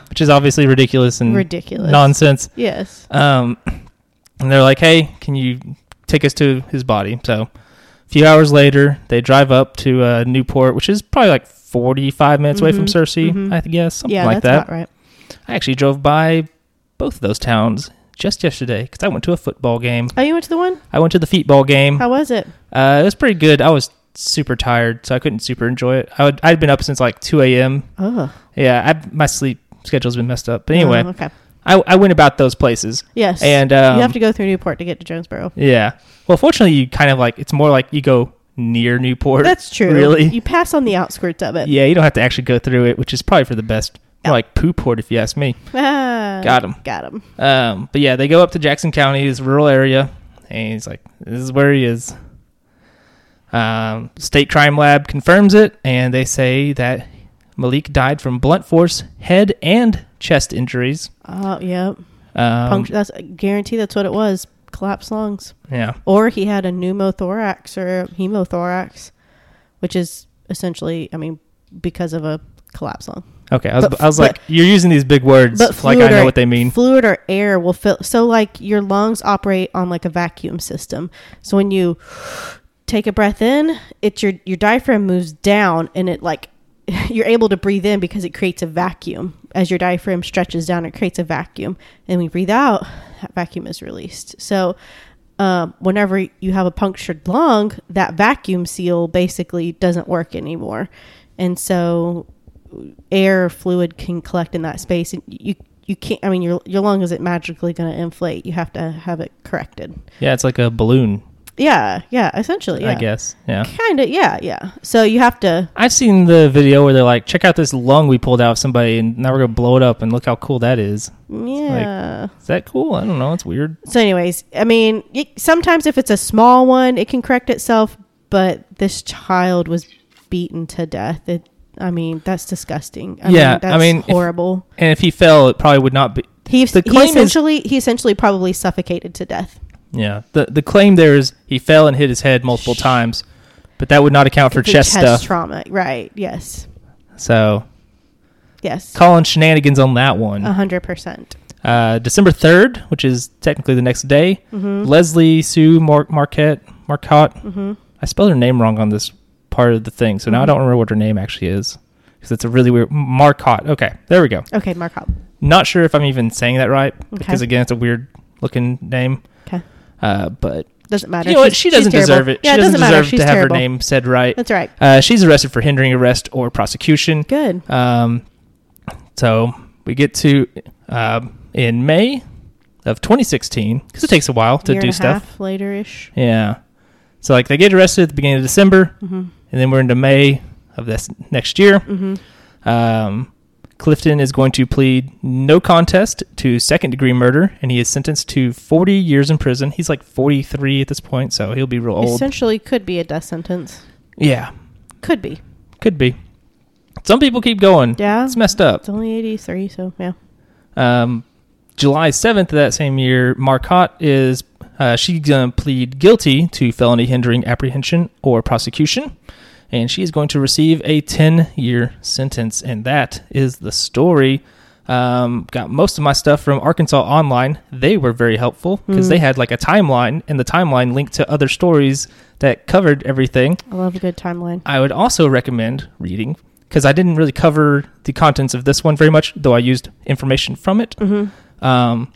Speaker 2: which is obviously ridiculous and
Speaker 1: Ridiculous.
Speaker 2: nonsense.
Speaker 1: yes.
Speaker 2: Um, and they're like, hey, can you take us to his body? So a few hours later, they drive up to uh, Newport, which is probably like 45 minutes away from
Speaker 1: Mhm,
Speaker 2: Cersei,
Speaker 1: mhm.
Speaker 2: I guess, something
Speaker 1: yeah,
Speaker 2: like
Speaker 1: that's
Speaker 2: that.
Speaker 1: not right.
Speaker 2: I actually drove by both of those towns just yesterday because I went to a football game.
Speaker 1: Oh, you went to the one?
Speaker 2: I went to the feetball game.
Speaker 1: How was it?
Speaker 2: Uh, it was pretty good. I was super tired, so I couldn't super enjoy it. I would, I'd been up since like 2 a.m.
Speaker 1: Oh,
Speaker 2: Yeah, I, my sleep schedule's been messed up. Uh, But anyway,
Speaker 1: Oh, okay.
Speaker 2: I, I went about those places.
Speaker 1: Yes.
Speaker 2: And um,
Speaker 1: you have to go through Newport to get to Jonesboro.
Speaker 2: Yeah. Well, fortunately, you kind of like, it's more like you go near Newport.
Speaker 1: That's true.
Speaker 2: Really?
Speaker 1: You pass on the outskirts of it.
Speaker 2: yeah, you don't have to actually go through it, which is probably for the best.
Speaker 1: Yeah.
Speaker 2: More like Pooport, if you ask me.
Speaker 1: Ah,
Speaker 2: Got 'em.
Speaker 1: Got him.
Speaker 2: Um, but yeah, they go up to Jackson County, this rural area, and he's like, "This is where he is." Um, state crime lab confirms it, and they say that Malik died from blunt force head and chest injuries.
Speaker 1: Oh, yeah.
Speaker 2: Um,
Speaker 1: Puncture. that's I guarantee. That's what it was. Collapsed lungs,
Speaker 2: yeah,
Speaker 1: or he had a pneumothorax or hemothorax, which is essentially, I mean, because of a collapsed lung.
Speaker 2: okay. I was,
Speaker 1: But-
Speaker 2: I was
Speaker 1: but-
Speaker 2: like, "You're using these big words,
Speaker 1: but
Speaker 2: like
Speaker 1: fluid
Speaker 2: I know
Speaker 1: or-
Speaker 2: what they mean."
Speaker 1: fluid or air will fill so like your lungs operate on like a vacuum system so when you take a breath in it's your your diaphragm moves down and it like you're able to breathe in because it creates a vacuum as your diaphragm stretches down it creates a vacuum and when you breathe out that vacuum is released so um, whenever you have a punctured lung that vacuum seal basically doesn't work anymore and so air or fluid can collect in that space and you you can't i mean your your lung isn't magically going to inflate you have to have it corrected
Speaker 2: yeah, it's like a balloon,
Speaker 1: yeah yeah essentially yeah.
Speaker 2: I guess. Yeah,
Speaker 1: kind of yeah yeah so you have to
Speaker 2: I've seen the video where they're like, "Check out this lung we pulled out of somebody, and now we're gonna blow it up, and look how cool that is."
Speaker 1: yeah
Speaker 2: Is that cool? I don't know. It's weird.
Speaker 1: so anyways i mean y sometimes if it's a small one it can correct itself but this child was beaten to death it i mean that's disgusting I
Speaker 2: Yeah, I
Speaker 1: mean, that's
Speaker 2: mean, if-
Speaker 1: horrible
Speaker 2: And if he fell, it probably would not be.
Speaker 1: he,
Speaker 2: the
Speaker 1: he
Speaker 2: claim is-
Speaker 1: essentially he essentially probably suffocated to death
Speaker 2: Yeah. The the claim there is he fell and hit his head multiple times, but that would not account for
Speaker 1: The
Speaker 2: chest, stuff.
Speaker 1: trauma right yes
Speaker 2: so
Speaker 1: yes
Speaker 2: calling shenanigans on that one.
Speaker 1: A
Speaker 2: uh
Speaker 1: hundred percent.
Speaker 2: December third, which is technically the next day,
Speaker 1: Mm-hmm.
Speaker 2: Leslie Sue Mar- Marquette Marcotte. I spelled her name wrong on this part of the thing, so now I don't remember what her name actually is because it's a really weird Marcotte. Okay, there we go.
Speaker 1: Okay, Mark Hop.
Speaker 2: Not sure if I'm even saying that right because
Speaker 1: Okay.
Speaker 2: again, it's a weird looking name.
Speaker 1: Okay,
Speaker 2: Uh, but
Speaker 1: doesn't matter.
Speaker 2: You know what?
Speaker 1: She's-
Speaker 2: She
Speaker 1: she's
Speaker 2: doesn't
Speaker 1: terrible.
Speaker 2: deserve it.
Speaker 1: Yeah,
Speaker 2: she
Speaker 1: it
Speaker 2: doesn't,
Speaker 1: doesn't matter.
Speaker 2: deserve
Speaker 1: She's
Speaker 2: to have
Speaker 1: terrible.
Speaker 2: her name said right.
Speaker 1: That's right.
Speaker 2: Uh, she's arrested for hindering arrest or prosecution.
Speaker 1: Good.
Speaker 2: Um, so we get to um, in May of 2016 because it takes a while to
Speaker 1: Year
Speaker 2: do
Speaker 1: and a
Speaker 2: stuff.
Speaker 1: half later ish.
Speaker 2: Yeah. So like they get arrested at the beginning of December,
Speaker 1: hmm
Speaker 2: and then we're into May of this next year.
Speaker 1: hmm
Speaker 2: Um, Clifton is going to plead no contest to second degree murder, and he is sentenced to 40 years in prison. He's like 43 at this point, so he'll be real old.
Speaker 1: Essentially, could be a death sentence.
Speaker 2: Yeah,
Speaker 1: Could be.
Speaker 2: could be. Some people keep going.
Speaker 1: Yeah.
Speaker 2: It's messed up.
Speaker 1: It's only 83, so yeah.
Speaker 2: Um, July 7th of that same year, Marcotte is, uh, she's going to plead guilty to felony hindering apprehension or prosecution. And she is going to receive a 10 year sentence. And that is the story. Um, got most of my stuff from Arkansas Online. They were very helpful because
Speaker 1: Mm.
Speaker 2: they had like a timeline, and the timeline linked to other stories that covered everything.
Speaker 1: I love a good timeline.
Speaker 2: I would also recommend reading because I didn't really cover the contents of this one very much, though I used information from it.
Speaker 1: Mm-hmm.
Speaker 2: Um,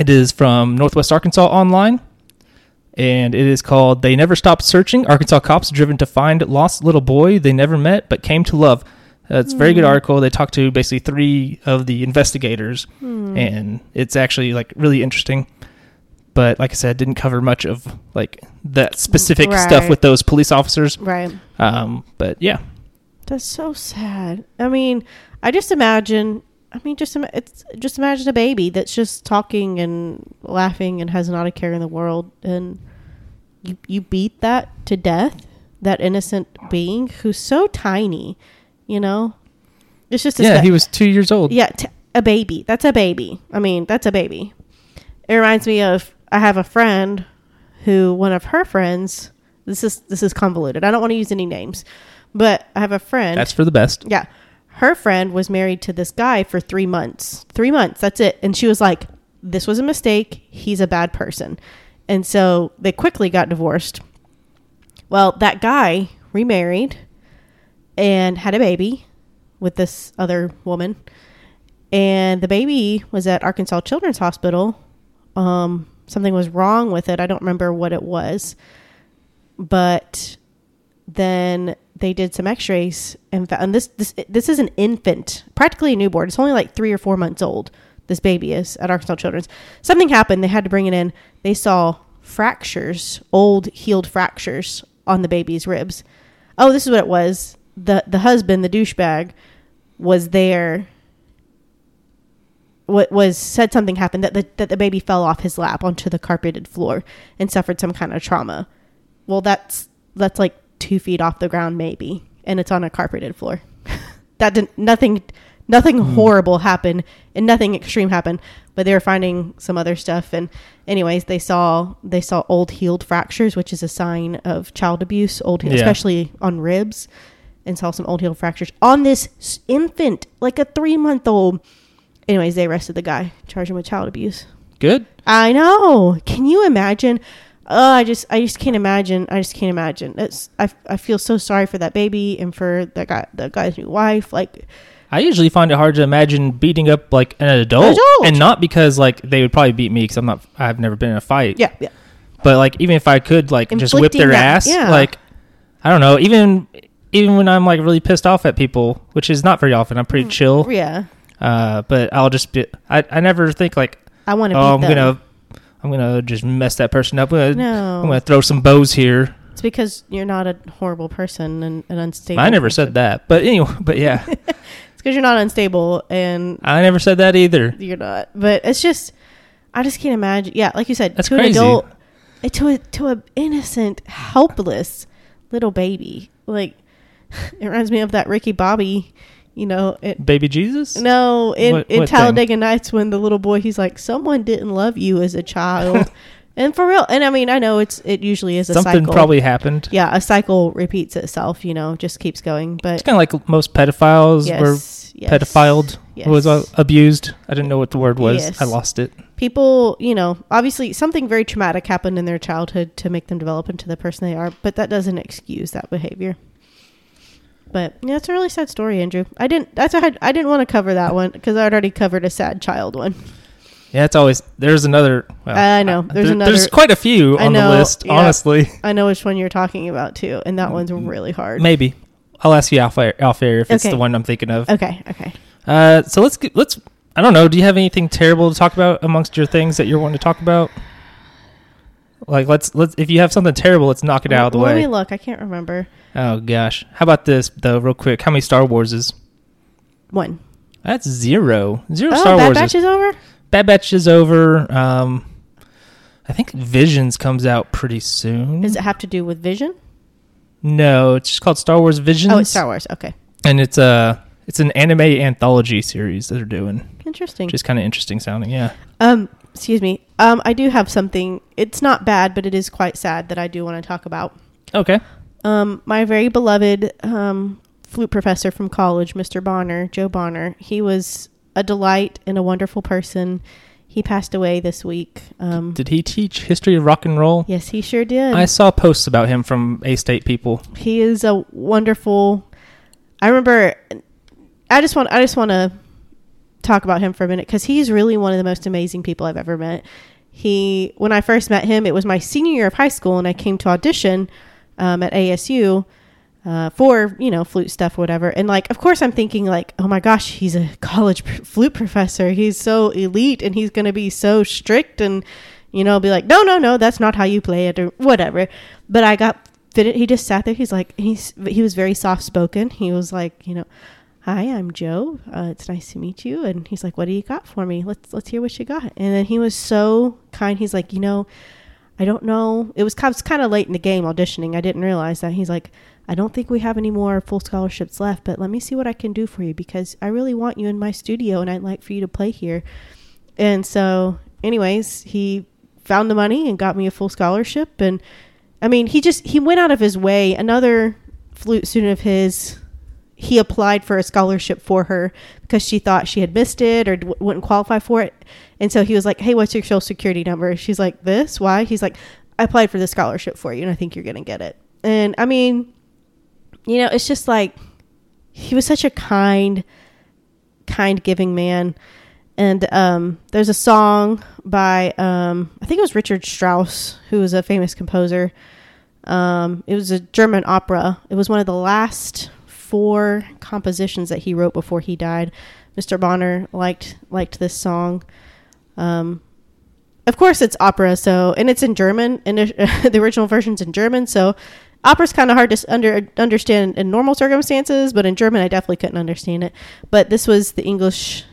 Speaker 2: it is from Northwest Arkansas Online, and it is called "They Never Stop Searching: Arkansas Cops Driven to Find Lost Little Boy They Never Met But Came to Love." Uh, it's a very good
Speaker 1: Hmm.
Speaker 2: article. They talk to basically three of the investigators,
Speaker 1: Hmm.
Speaker 2: and it's actually like really interesting. But like I said, didn't cover much of like that specific stuff
Speaker 1: Right.
Speaker 2: with those police officers.
Speaker 1: Right.
Speaker 2: Um, but yeah,
Speaker 1: That's so sad. I mean, I just imagine. I mean, just ima- it's just imagine a baby that's just talking and laughing and has not a care in the world, and you you beat that to death. That innocent being who's so tiny, you know. It's just
Speaker 2: yeah,
Speaker 1: disgu-
Speaker 2: he was two years old.
Speaker 1: yeah t- a baby. That's a baby. I mean, that's a baby. It reminds me of I have a friend who one of her friends. This is this is convoluted. I don't want to use any names, but I have a friend.
Speaker 2: that's for the best.
Speaker 1: Yeah. Her friend was married to this guy for three months. Three months, that's it. And she was like, this was a mistake. He's a bad person. And so they quickly got divorced. Well, that guy remarried and had a baby with this other woman. And the baby was at Arkansas Children's Hospital. Um, something was wrong with it. I don't remember what it was. But then they did some x-rays and found and this this this is an infant practically a newborn it's only like three or four months old this baby is at arkansas children's something happened they had to bring it in they saw fractures old healed fractures on the baby's ribs oh this is what it was the the husband the douchebag was there what was said something happened that the, that the baby fell off his lap onto the carpeted floor and suffered some kind of trauma well that's that's like two feet off the ground maybe and it's on a carpeted floor that didn't nothing nothing horrible happened and nothing extreme happened but they were finding some other stuff and anyways they saw they saw old healed fractures which is a sign of child abuse old
Speaker 2: Yeah.
Speaker 1: especially on ribs and saw some old healed fractures on this s- infant like a three month old anyways they arrested the guy charged him with child abuse
Speaker 2: Good.
Speaker 1: I know. Can you imagine? Oh, I just, I just can't imagine. I just can't imagine. It's, I, I feel so sorry for that baby and for that guy, that guy's new wife. Like,
Speaker 2: I usually find it hard to imagine beating up like an adult,
Speaker 1: Adult!
Speaker 2: and not because like they would probably beat me because I'm not. I've never been in a fight.
Speaker 1: yeah, yeah,
Speaker 2: But like even if I could like just whip
Speaker 1: Inflicting
Speaker 2: their
Speaker 1: that-
Speaker 2: ass,
Speaker 1: yeah.
Speaker 2: like I don't know. Even even when I'm like really pissed off at people, which is not very often, I'm
Speaker 1: Mm.
Speaker 2: pretty chill.
Speaker 1: yeah.
Speaker 2: Uh, but I'll just be. I I never think like
Speaker 1: I want to.
Speaker 2: oh I'm
Speaker 1: beat them.
Speaker 2: gonna I'm gonna just mess that person up. I'm gonna,
Speaker 1: No.
Speaker 2: I'm gonna throw some bows here.
Speaker 1: It's because you're not a horrible person and an unstable.
Speaker 2: I never
Speaker 1: person.
Speaker 2: said that, but anyway, but yeah,
Speaker 1: It's because you're not unstable and
Speaker 2: I never said that either.
Speaker 1: you're not. But it's just, I just can't imagine. Yeah, like you said,
Speaker 2: That's
Speaker 1: to an
Speaker 2: crazy.
Speaker 1: adult, eh, to a to a innocent, helpless little baby. Like, it reminds me of that Ricky Bobby. You know, it,
Speaker 2: Baby Jesus.
Speaker 1: No, in,
Speaker 2: What-
Speaker 1: in
Speaker 2: what
Speaker 1: Talladega Nights when the little boy he's like, someone didn't love you as a child, and for real. And I mean, I know it's it usually is a
Speaker 2: Something
Speaker 1: cycle.
Speaker 2: probably happened.
Speaker 1: yeah, a cycle repeats itself. You know, just keeps going.
Speaker 2: It's
Speaker 1: But
Speaker 2: kind of like most pedophiles were
Speaker 1: yes, yes,
Speaker 2: pedophiled, was uh,
Speaker 1: yes.
Speaker 2: abused. I didn't know what the word was.
Speaker 1: Yes.
Speaker 2: I lost it.
Speaker 1: people, you know, obviously something very traumatic happened in their childhood to make them develop into the person they are, but that doesn't excuse that behavior. But yeah, it's a really sad story, Andrew. I didn't. That's why I, had- I didn't want to cover that one because I had already covered a sad child one.
Speaker 2: Yeah, it's always there's another. Well,
Speaker 1: I know. There's
Speaker 2: There's
Speaker 1: another-
Speaker 2: quite a few
Speaker 1: I
Speaker 2: on
Speaker 1: know,
Speaker 2: the list.
Speaker 1: yeah.
Speaker 2: Honestly,
Speaker 1: I know which one you're talking about too, and that one's really hard.
Speaker 2: Mm-hmm. maybe I'll ask you off air, off air if it's
Speaker 1: Okay.
Speaker 2: the one I'm thinking of.
Speaker 1: Okay, okay.
Speaker 2: Uh, so let's get, let's. I don't know. Do you have anything terrible to talk about amongst your things that you're wanting to talk about? Like let's let's if you have something terrible, let's knock it out of the
Speaker 1: Let me
Speaker 2: way.
Speaker 1: look. I can't remember.
Speaker 2: oh gosh, how about this though, real quick? How many Star Wars is?
Speaker 1: One.
Speaker 2: That's zero. Zero
Speaker 1: Oh,
Speaker 2: Star
Speaker 1: Bad
Speaker 2: Wars.
Speaker 1: Batch is over.
Speaker 2: Bad Batch is over. Um, I think Visions comes out pretty soon.
Speaker 1: Does it have to do with Vision?
Speaker 2: No, it's just called Star Wars Visions.
Speaker 1: Oh, it's Star Oh, Wars. Okay.
Speaker 2: And it's uh, It's an anime anthology series that they're doing,
Speaker 1: Interesting.
Speaker 2: which is kind of interesting sounding. Yeah.
Speaker 1: Um, excuse me. Um, I do have something. It's not bad, but it is quite sad that I do want to talk about.
Speaker 2: Okay.
Speaker 1: Um, my very beloved um, flute professor from college, Mr. Bonner, Joe Bonner. He was a delight and a wonderful person. He passed away this week. Um,
Speaker 2: Did he teach history of rock and roll?
Speaker 1: yes, he sure did.
Speaker 2: I saw posts about him from A State people.
Speaker 1: he is a wonderful i remember i just want i just want to talk about him for a minute because he's really one of the most amazing people i've ever met he when i first met him it was my senior year of high school and i came to audition um, at asu uh, for you know flute stuff whatever and like of course i'm thinking like oh my gosh he's a college pr- flute professor he's so elite and he's going to be so strict and you know be like no no no that's not how you play it or whatever but i got fitted he just sat there he's like he's he was very soft spoken he was like you know hi i'm joe uh, it's nice to meet you and he's like what do you got for me let's let's hear what you got and then he was so kind he's like you know I don't know. It was, it was kind of late in the game auditioning. I didn't realize that. He's like, I don't think we have any more full scholarships left, but let me see what I can do for you because I really want you in my studio and I'd like for you to play here. And so, anyways, he found the money and got me a full scholarship. And I mean, he just, he went out of his way. Another flute student of his, he applied for a scholarship for her because she thought she had missed it or d- wouldn't qualify for it. And so he was like, Hey, what's your social security number? She's like, This? Why? He's like, I applied for the scholarship for you and I think you're going to get it. And I mean, you know, it's just like he was such a kind, kind, giving man. And um, there's a song by, um, I think it was Richard Strauss, who was a famous composer. Um, it was a German opera. It was one of the last four compositions that he wrote before he died. Mr. Bonner liked liked this song. Um, of course, it's opera, so and it's in German, and it- the original version's in German. So, opera's kind of hard to s- under understand in normal circumstances, but in German, I definitely couldn't understand it. But this was the English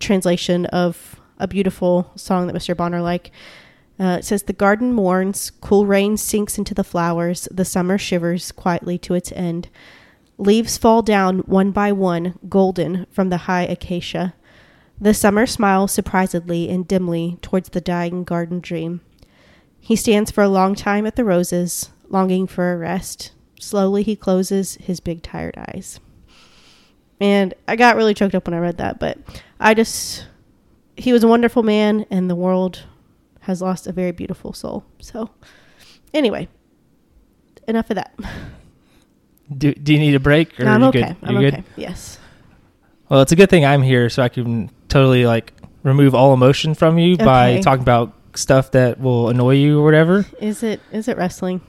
Speaker 1: translation of a beautiful song that Mr. Bonner liked. Uh, it says, The garden mourns, cool rain sinks into the flowers, the summer shivers quietly to its end. Leaves fall down one by one, golden from the high acacia. The summer smiles surprisedly and dimly towards the dying garden dream. He stands for a long time at the roses, longing for a rest. Slowly he closes his big tired eyes. And I got really choked up when I read that, but I just he was a wonderful man and the world has lost a very beautiful soul. So anyway, enough of that.
Speaker 2: Do, do you need a break?
Speaker 1: No, I'm
Speaker 2: you
Speaker 1: okay.
Speaker 2: good?
Speaker 1: I'm
Speaker 2: You
Speaker 1: okay.
Speaker 2: good?
Speaker 1: Yes.
Speaker 2: Well, it's a good thing I'm here so I can totally like remove all emotion from you by
Speaker 1: Okay.
Speaker 2: talking about stuff that will annoy you or whatever.
Speaker 1: Is it is it wrestling?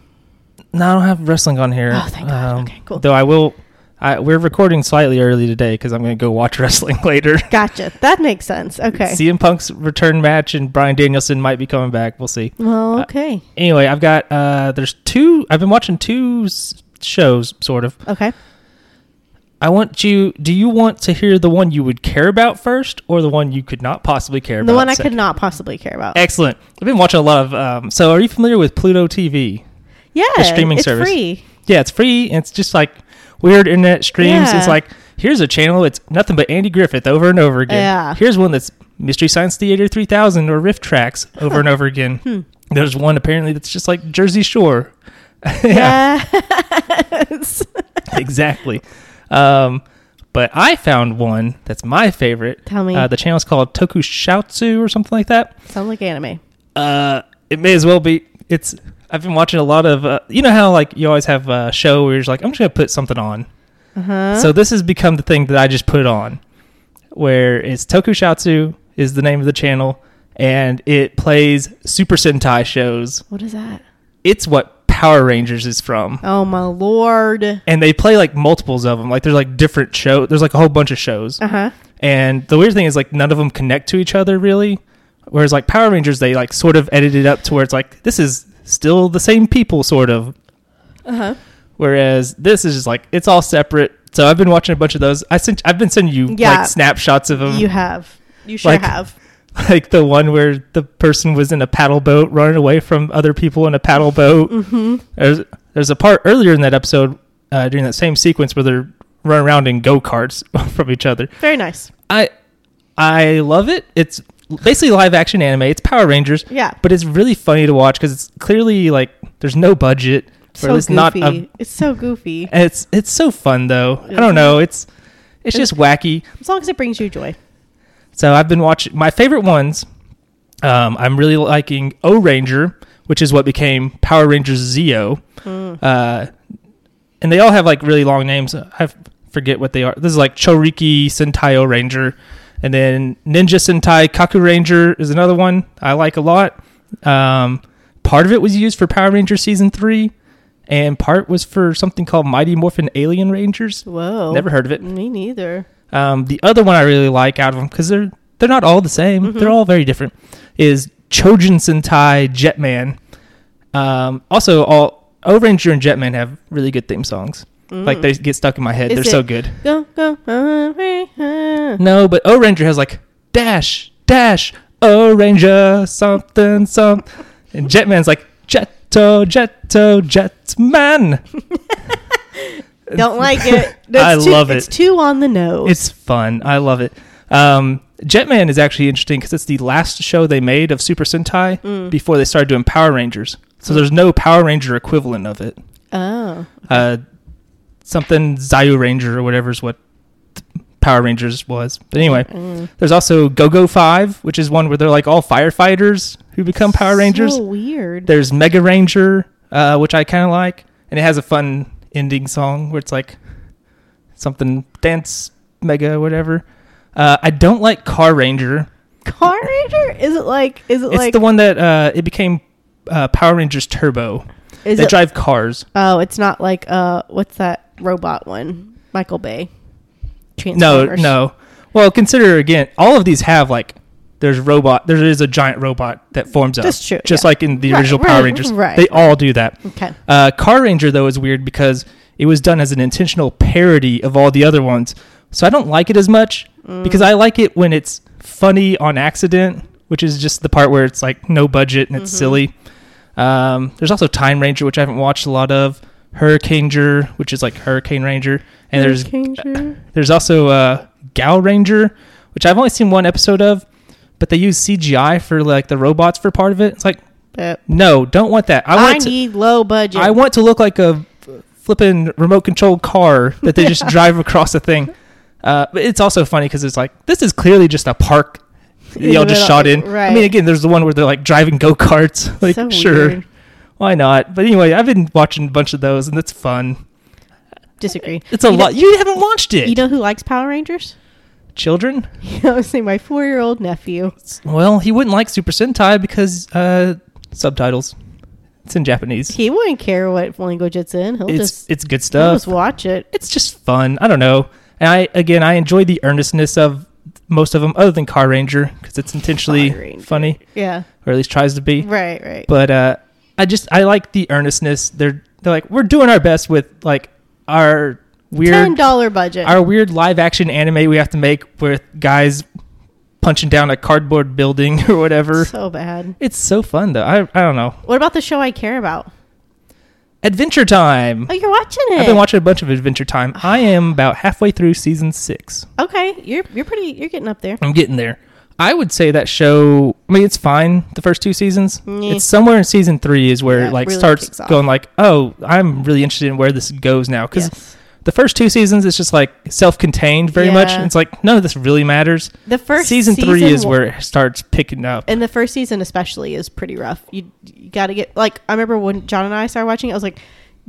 Speaker 2: No, I don't have wrestling on here. Um,
Speaker 1: Oh, thank God. Okay, cool.
Speaker 2: Though I will. I, we're recording slightly early today because I'm going to go watch wrestling later.
Speaker 1: Gotcha. That makes sense. Okay.
Speaker 2: CM Punk's return match and Brian Danielson might be coming back. We'll see.
Speaker 1: well, okay.
Speaker 2: Anyway, I've got uh there's two I've been watching two s- shows sort of.
Speaker 1: Okay.
Speaker 2: I want you do you want to hear the one you would care about first or the one you could not possibly care about?
Speaker 1: The one I
Speaker 2: second?
Speaker 1: could not possibly care about.
Speaker 2: Excellent. I've been watching a lot of um so are you familiar with Pluto TV?
Speaker 1: yeah.
Speaker 2: the streaming
Speaker 1: it's
Speaker 2: service.
Speaker 1: free.
Speaker 2: Yeah, it's free and it's just like weird internet streams.
Speaker 1: Yeah.
Speaker 2: It's like here's a channel it's nothing but Andy Griffith over and over again.
Speaker 1: Yeah.
Speaker 2: Here's one that's Mystery Science Theater 3000 or Riff Tracks over and over again.
Speaker 1: Hmm.
Speaker 2: There's one apparently that's just like Jersey Shore.
Speaker 1: Yes.
Speaker 2: exactly. Um, but I found one that's my favorite.
Speaker 1: Tell me.
Speaker 2: Uh, the channel's called Tokushoutsu or something like that.
Speaker 1: Sounds like anime.
Speaker 2: Uh, it may as well be. It's. I've been watching a lot of. Uh, you know how like you always have a show where you're just like, I'm just gonna put something on.
Speaker 1: Uh-huh.
Speaker 2: So this has become the thing that I just put on, where it's Tokushoutsu is the name of the channel, and it plays Super Sentai shows.
Speaker 1: what is that?
Speaker 2: It's what Power Rangers is from.
Speaker 1: Oh my lord. Uh
Speaker 2: and they play like multiples of them. Like there's like different show. There's like a whole bunch of shows,
Speaker 1: huh.
Speaker 2: and the weird thing is like none of them connect to each other really. Whereas like Power Rangers, they like sort of edited up to where it's like this is still the same people sort of.
Speaker 1: Uh huh.
Speaker 2: Whereas this is just like it's all separate. So I've been watching a bunch of those. I sent I've been sending you
Speaker 1: Yeah.
Speaker 2: like snapshots of them.
Speaker 1: you have. You sure
Speaker 2: Um, like-
Speaker 1: have.
Speaker 2: like the one where the person was in a paddle boat running away from other people in a paddle boat.
Speaker 1: Mm-hmm.
Speaker 2: There's there's a part earlier in that episode uh, during that same sequence where they're run around in go karts from each other.
Speaker 1: Very nice.
Speaker 2: I I love it. It's basically live action anime. It's Power Rangers.
Speaker 1: Yeah.
Speaker 2: But it's really funny to watch because it's clearly like there's no budget. or
Speaker 1: So
Speaker 2: at least
Speaker 1: goofy.
Speaker 2: not um, a-
Speaker 1: it's so goofy.
Speaker 2: and it's it's so fun though. I
Speaker 1: Yeah.
Speaker 2: don't know. It's it's just wacky.
Speaker 1: As long as it brings you joy.
Speaker 2: So I've been watching my favorite ones. Um, I'm really liking O Ranger, which is what became Power Rangers Zeo.
Speaker 1: Hmm.
Speaker 2: Uh, and they all have like really long names. I f- forget what they are. This is like Choriki Sentai O Ranger, and then Ninja Sentai Kaku Ranger is another one I like a lot. Um, part of it was used for Power Rangers season three, and part was for something called Mighty Morphin Alien Rangers.
Speaker 1: Whoa.
Speaker 2: Never heard of it.
Speaker 1: Me neither.
Speaker 2: Um, the other one I really like out of them because they're they're not all the same.
Speaker 1: Mm-hmm.
Speaker 2: They're all very different. Is Chojin Sentai Jetman. Um, also, all O Ranger and Jetman have really good theme songs. Like they get stuck in my head.
Speaker 1: Mm. Is
Speaker 2: they're so
Speaker 1: it-
Speaker 2: good.
Speaker 1: Go, go. away, ah.
Speaker 2: No, but O Ranger has like dash dash O Ranger something some, and Jetman's like Jetto Jetto Jetman.
Speaker 1: Don't like it.
Speaker 2: I
Speaker 1: It's too-
Speaker 2: love
Speaker 1: It's
Speaker 2: it.
Speaker 1: too on the nose.
Speaker 2: It's fun. I love it. Um, Jetman is actually interesting because it's the last show they made of Super Sentai before they started doing Power Rangers. So there's no Power Ranger equivalent of it.
Speaker 1: oh.
Speaker 2: Uh, something Zayu Ranger or whatever is what Power Rangers was. But anyway,
Speaker 1: Mm.
Speaker 2: there's also Go Go Five, which is one where they're like all firefighters who become Power Rangers.
Speaker 1: So weird.
Speaker 2: There's Mega Ranger, uh, which I kind of like, and it has a fun ending song where it's like something dance mega whatever. Uh, I don't like Car Ranger.
Speaker 1: Car Ranger? Is it like? Is it
Speaker 2: It's
Speaker 1: like?
Speaker 2: the one that uh, it became uh, Power Rangers Turbo.
Speaker 1: is
Speaker 2: they
Speaker 1: it?
Speaker 2: drive cars.
Speaker 1: oh, it's not like uh, what's that robot one? Michael Bay.
Speaker 2: No,
Speaker 1: Transformers.
Speaker 2: no. Well, consider again. All of these have like there's robot. There is a giant robot that forms up.
Speaker 1: That's true,
Speaker 2: Just
Speaker 1: yeah.
Speaker 2: like in the
Speaker 1: Right,
Speaker 2: original
Speaker 1: right,
Speaker 2: Power Rangers,
Speaker 1: right,
Speaker 2: They all do that.
Speaker 1: Okay.
Speaker 2: Uh, Car Ranger though is weird because it was done as an intentional parody of all the other ones, so I don't like it as much
Speaker 1: Mm.
Speaker 2: because I like it when it's funny on accident, which is just the part where it's like no budget and it's
Speaker 1: Mm-hmm.
Speaker 2: silly. Um, there's also Time Ranger, which I haven't watched a lot of. Hurricane Ranger, which is like Hurricane Ranger, and there's
Speaker 1: Hurricane Ranger?
Speaker 2: there's also uh, Gal Ranger, which I've only seen one episode of, but they use CGI for like the robots for part of it. It's like
Speaker 1: But
Speaker 2: no, don't want that. I
Speaker 1: I,
Speaker 2: want to-
Speaker 1: need low budget.
Speaker 2: I want to look like a flipping remote controlled car that they just drive across a thing. Uh, but it's also funny because it's like this is clearly just a park
Speaker 1: In
Speaker 2: y'all
Speaker 1: the
Speaker 2: just
Speaker 1: middle-
Speaker 2: shot in. I mean,
Speaker 1: right.
Speaker 2: again, there's the one where they're like driving go karts. Like,
Speaker 1: So
Speaker 2: sure,
Speaker 1: weird.
Speaker 2: why not? But anyway, I've been watching a bunch of those, and it's fun.
Speaker 1: disagree.
Speaker 2: It's a
Speaker 1: You know-
Speaker 2: lot. you haven't watched it,
Speaker 1: you know who likes Power Rangers?
Speaker 2: children.
Speaker 1: I was saying my four-year-old nephew.
Speaker 2: Well, he wouldn't like Super Sentai because uh, subtitles. It's in Japanese.
Speaker 1: He wouldn't care what language it's in. He'll
Speaker 2: it's
Speaker 1: just
Speaker 2: it's good
Speaker 1: he'll
Speaker 2: stuff.
Speaker 1: just watch it.
Speaker 2: it's just fun. I don't know. And I again, I enjoy the earnestness of most of them, other than Car Ranger, because it's
Speaker 1: Car
Speaker 2: intentionally
Speaker 1: Ranger.
Speaker 2: funny,
Speaker 1: Yeah.
Speaker 2: or at least tries to be.
Speaker 1: Right. Right.
Speaker 2: But uh, I just I like the earnestness. They're they're like we're doing our best with like our
Speaker 1: Ten
Speaker 2: weird
Speaker 1: dollar budget.
Speaker 2: our weird live action anime we have to make with guys punching down a cardboard building or whatever.
Speaker 1: so bad.
Speaker 2: It's so fun though. I I don't know.
Speaker 1: What about the show I care about?
Speaker 2: Adventure Time.
Speaker 1: Oh, you're watching it.
Speaker 2: I've been watching a bunch of Adventure Time. I am about halfway through season six.
Speaker 1: Okay, you're you're pretty. You're getting up there.
Speaker 2: I'm getting there. I would say that show. I mean, it's fine. The first two seasons.
Speaker 1: Meh.
Speaker 2: It's somewhere in season three is where
Speaker 1: Yeah,
Speaker 2: it
Speaker 1: it
Speaker 2: like
Speaker 1: really
Speaker 2: starts
Speaker 1: kicks off.
Speaker 2: going like, oh, I'm really interested in where this goes now because
Speaker 1: Yes.
Speaker 2: the first two seasons it's just like self-contained very much.
Speaker 1: Yeah.
Speaker 2: It's like none of this really matters.
Speaker 1: The first
Speaker 2: season, three
Speaker 1: season
Speaker 2: is
Speaker 1: wa-
Speaker 2: where it starts picking up.
Speaker 1: And the first season especially is pretty rough. You you got to get like I remember when John and I started watching, it, I was like,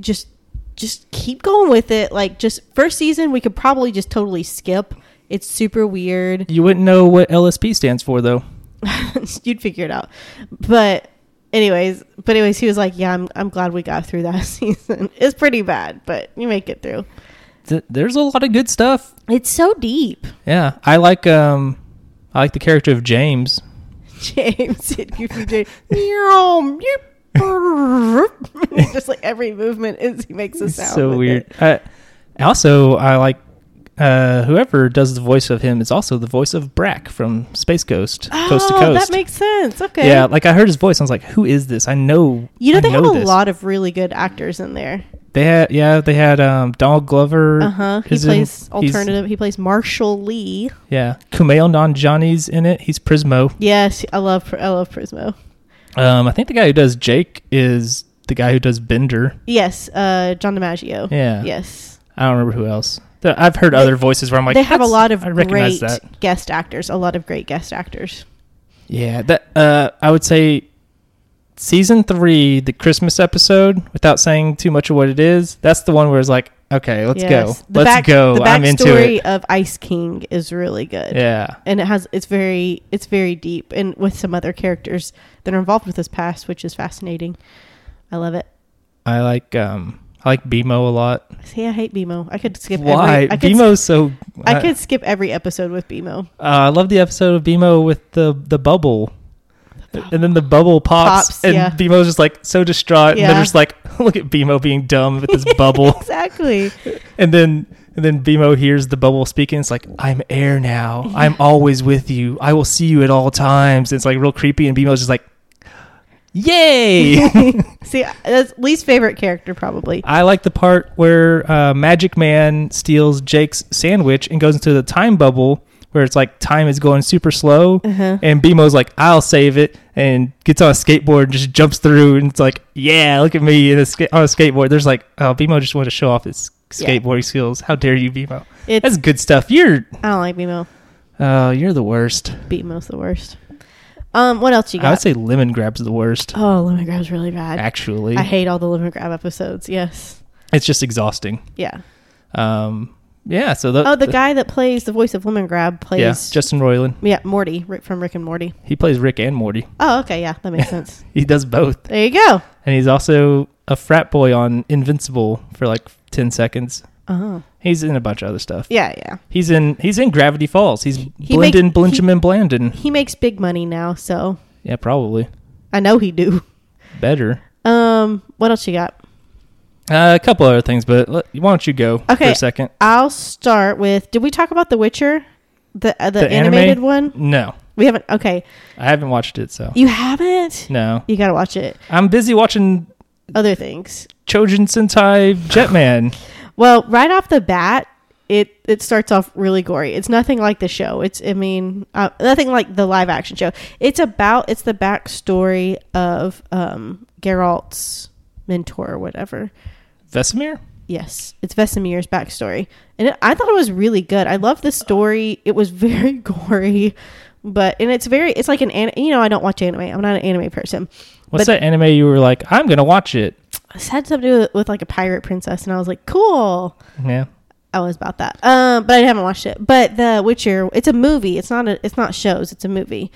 Speaker 1: just just keep going with it. Like just first season, we could probably just totally skip. It's super weird.
Speaker 2: you wouldn't know what LSP stands for though.
Speaker 1: You'd figure it out. But anyways, but anyways, he was like, yeah, I'm I'm glad we got through that season. It's pretty bad, but you make it through.
Speaker 2: Th- there's a lot of good stuff.
Speaker 1: It's so deep.
Speaker 2: Yeah, I like um, I like the character of James.
Speaker 1: James and Goofy James. Meow, meow, just like every movement is he makes a
Speaker 2: It's
Speaker 1: sound.
Speaker 2: so
Speaker 1: with
Speaker 2: weird.
Speaker 1: it.
Speaker 2: Uh, also, I like uh, whoever does the voice of him is also the voice of Brack from Space Ghost, Coast to
Speaker 1: Oh,
Speaker 2: Coast.
Speaker 1: that makes sense. Okay.
Speaker 2: Yeah, like I heard his voice, I was like, "Who is this?" I know.
Speaker 1: you know
Speaker 2: I
Speaker 1: they have a
Speaker 2: this.
Speaker 1: lot of really good actors in there.
Speaker 2: They had yeah, they had um Donald Glover.
Speaker 1: Uh huh. He
Speaker 2: is in-
Speaker 1: plays
Speaker 2: he's-
Speaker 1: alternative. He plays Marshall Lee.
Speaker 2: Yeah, Kumail Nanjiani's in it. He's Prismo.
Speaker 1: Yes, I love Pr- I love Prismo.
Speaker 2: Um, I think the guy who does Jake is the guy who does Bender.
Speaker 1: Yes, uh, John DiMaggio.
Speaker 2: Yeah.
Speaker 1: Yes.
Speaker 2: I don't remember who else. Th- I've heard other voices where I'm like,
Speaker 1: they have a
Speaker 2: "That's-
Speaker 1: lot of
Speaker 2: I recognize
Speaker 1: great
Speaker 2: that.
Speaker 1: guest actors. A lot of great guest actors.
Speaker 2: Yeah, that uh, I would say season three, the Christmas episode, without saying too much of what it is. That's the one where it's like, okay, let's
Speaker 1: Yes.
Speaker 2: go, let's
Speaker 1: back-
Speaker 2: go.
Speaker 1: The
Speaker 2: I'm into
Speaker 1: backstory
Speaker 2: it.
Speaker 1: of Ice King is really good.
Speaker 2: Yeah,
Speaker 1: And it has it's very it's very deep and with some other characters that are involved with his past, which is fascinating. I love it.
Speaker 2: I like um, I like BMO a lot.
Speaker 1: See, I hate BMO. I could skip
Speaker 2: Why
Speaker 1: every I could,
Speaker 2: BMO's so?
Speaker 1: I could skip every episode with BMO.
Speaker 2: Uh, I love the episode of BMO with the the bubble. And then the bubble pops,
Speaker 1: Pops,
Speaker 2: and
Speaker 1: yeah.
Speaker 2: BMO's just like so distraught, and
Speaker 1: Yeah.
Speaker 2: they're just like, "Look at BMO being dumb with this bubble."
Speaker 1: exactly.
Speaker 2: And then and then Bimo hears the bubble speaking. It's like, I'm air now. I'm always with you. I will see you at all times. It's like real creepy and Bimo's just like Yay.
Speaker 1: See, uh, that's least favorite character probably.
Speaker 2: I like the part where uh, Magic Man steals Jake's sandwich and goes into the time bubble where it's like time is going super slow
Speaker 1: Uh-huh.
Speaker 2: and Bimo's like, I'll save it and gets on a skateboard and just jumps through and it's like, Yeah, look at me in a ska- on a skateboard. There's like, oh Bimo just wanted to show off his
Speaker 1: Yeah.
Speaker 2: skateboarding skills. How dare you, Bimo?
Speaker 1: It's
Speaker 2: That's good stuff. You're
Speaker 1: I don't like BMO.
Speaker 2: uh, you're the worst.
Speaker 1: BMO's the worst. Um, what else you
Speaker 2: I would
Speaker 1: got?
Speaker 2: say lemon grabs the worst.
Speaker 1: oh, lemon grab's really bad.
Speaker 2: Actually,
Speaker 1: I hate all the lemon grab episodes. Yes.
Speaker 2: it's just exhausting.
Speaker 1: Yeah.
Speaker 2: Um, yeah. So the
Speaker 1: Oh, the guy that plays the voice of lemon grab plays
Speaker 2: uh, yeah, Justin Roiland.
Speaker 1: yeah Morty Rick from Rick and Morty.
Speaker 2: He plays Rick and Morty.
Speaker 1: Oh, okay, yeah, that makes sense.
Speaker 2: He does both,
Speaker 1: There you go.
Speaker 2: and he's also a frat boy on Invincible for like ten seconds.
Speaker 1: Oh,
Speaker 2: He's in a bunch of other stuff.
Speaker 1: yeah, yeah.
Speaker 2: He's in he's in Gravity Falls. He's
Speaker 1: make-
Speaker 2: Blendin, Blincham, and Blandin.
Speaker 1: He makes big money now, so
Speaker 2: Yeah, probably
Speaker 1: I know he do.
Speaker 2: better.
Speaker 1: Um, what else you got?
Speaker 2: Uh, a couple other things, but let, why don't you go for
Speaker 1: Okay.
Speaker 2: a second?
Speaker 1: I'll start with. Did we talk about The Witcher, the uh, the,
Speaker 2: The anime?
Speaker 1: animated one?
Speaker 2: No,
Speaker 1: We haven't. Okay,
Speaker 2: I haven't watched it, so
Speaker 1: you haven't.
Speaker 2: no.
Speaker 1: You gotta watch it.
Speaker 2: I'm busy watching
Speaker 1: Other things.
Speaker 2: Chojin Sentai Jetman.
Speaker 1: Well, right off the bat, it it starts off really gory. It's nothing like the show. It's I mean, uh, nothing like the live action show. It's about it's the backstory of um Geralt's mentor or whatever.
Speaker 2: Vesemir?
Speaker 1: Yes, it's Vesemir's backstory, and it, I thought it was really good. I love the story. It was very gory, but and it's very it's like an, an you know I don't watch anime. I'm not an anime person.
Speaker 2: What's
Speaker 1: But-
Speaker 2: that anime you were like, I'm going to watch it?
Speaker 1: It had something to do with, with like a pirate princess, and I was like, cool.
Speaker 2: Yeah.
Speaker 1: I was about that. Um, but I haven't watched it. But The Witcher, it's a movie. It's not a, it's not shows. It's a movie.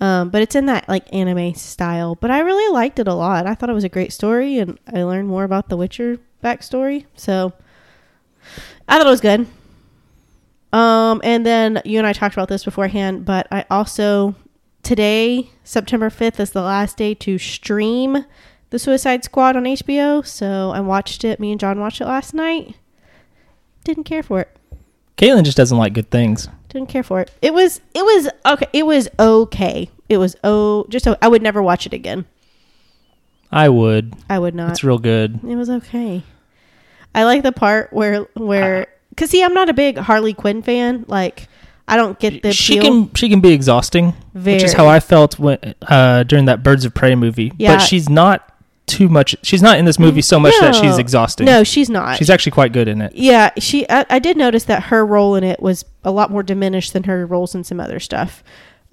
Speaker 1: Um, but it's in that like anime style. But I really liked it a lot. I thought it was a great story, and I learned more about the Witcher backstory. So I thought it was good. Um, and then you and I talked about this beforehand, but I also today September fifth is the last day to stream the Suicide Squad on HBO. So I watched it. Me and John watched it last night didn't care for it
Speaker 2: Caitlin just doesn't like good things.
Speaker 1: didn't care for it it was it was okay it was okay it was oh just o- i would never watch it again
Speaker 2: I would.
Speaker 1: i would not
Speaker 2: It's real good.
Speaker 1: it was okay i like the part where where
Speaker 2: Uh-huh.
Speaker 1: because see i'm not a big harley quinn fan like i don't get the
Speaker 2: She
Speaker 1: appeal.
Speaker 2: can she can be exhausting, which
Speaker 1: Very.
Speaker 2: is how I felt when uh, during that Birds of Prey movie.
Speaker 1: Yeah.
Speaker 2: But she's not too much. She's not in this movie so much that she's
Speaker 1: No.
Speaker 2: exhausting.
Speaker 1: no she's not
Speaker 2: She's actually quite good in it.
Speaker 1: yeah she I, I did notice that her role in it was a lot more diminished than her roles in some other stuff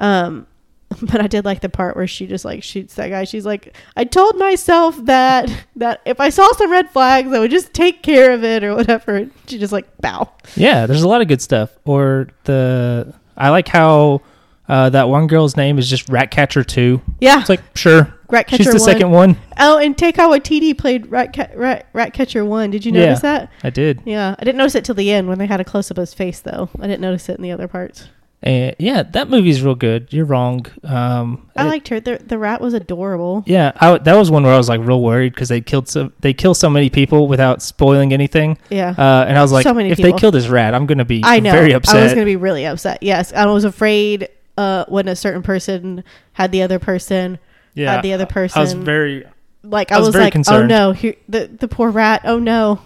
Speaker 1: um but i did like the part where she just like shoots that guy she's like i told myself that that if i saw some red flags i would just take care of it or whatever and she just like bow
Speaker 2: Yeah, there's a lot of good stuff. Or the I like how uh, that one girl's name is just Ratcatcher Two.
Speaker 1: yeah
Speaker 2: It's like sure,
Speaker 1: Ratcatcher
Speaker 2: she's
Speaker 1: one.
Speaker 2: the second one.
Speaker 1: oh and Taikawa TD played rat, Ca- rat, rat catcher one did you notice
Speaker 2: Yeah.
Speaker 1: that
Speaker 2: I did.
Speaker 1: yeah i didn't notice it till the end when they had a close-up of his face though i didn't notice it in the other parts
Speaker 2: And yeah, that movie's real good. You're wrong. Um,
Speaker 1: i
Speaker 2: it-
Speaker 1: liked her the, the rat was adorable
Speaker 2: Yeah, I w that was one where I was like real worried because they killed so they kill so many people without spoiling anything.
Speaker 1: yeah
Speaker 2: Uh, and I was like,
Speaker 1: So many
Speaker 2: if they
Speaker 1: people.
Speaker 2: kill this rat, I'm gonna be
Speaker 1: I know.
Speaker 2: very
Speaker 1: I was
Speaker 2: upset.
Speaker 1: going to be really upset. Yes, I was afraid uh, when a certain person had the other person.
Speaker 2: yeah,
Speaker 1: the other
Speaker 2: I was
Speaker 1: person-
Speaker 2: very
Speaker 1: like
Speaker 2: I
Speaker 1: I
Speaker 2: was
Speaker 1: was,
Speaker 2: very
Speaker 1: like,
Speaker 2: concerned.
Speaker 1: oh no, here, the the poor rat. Oh no,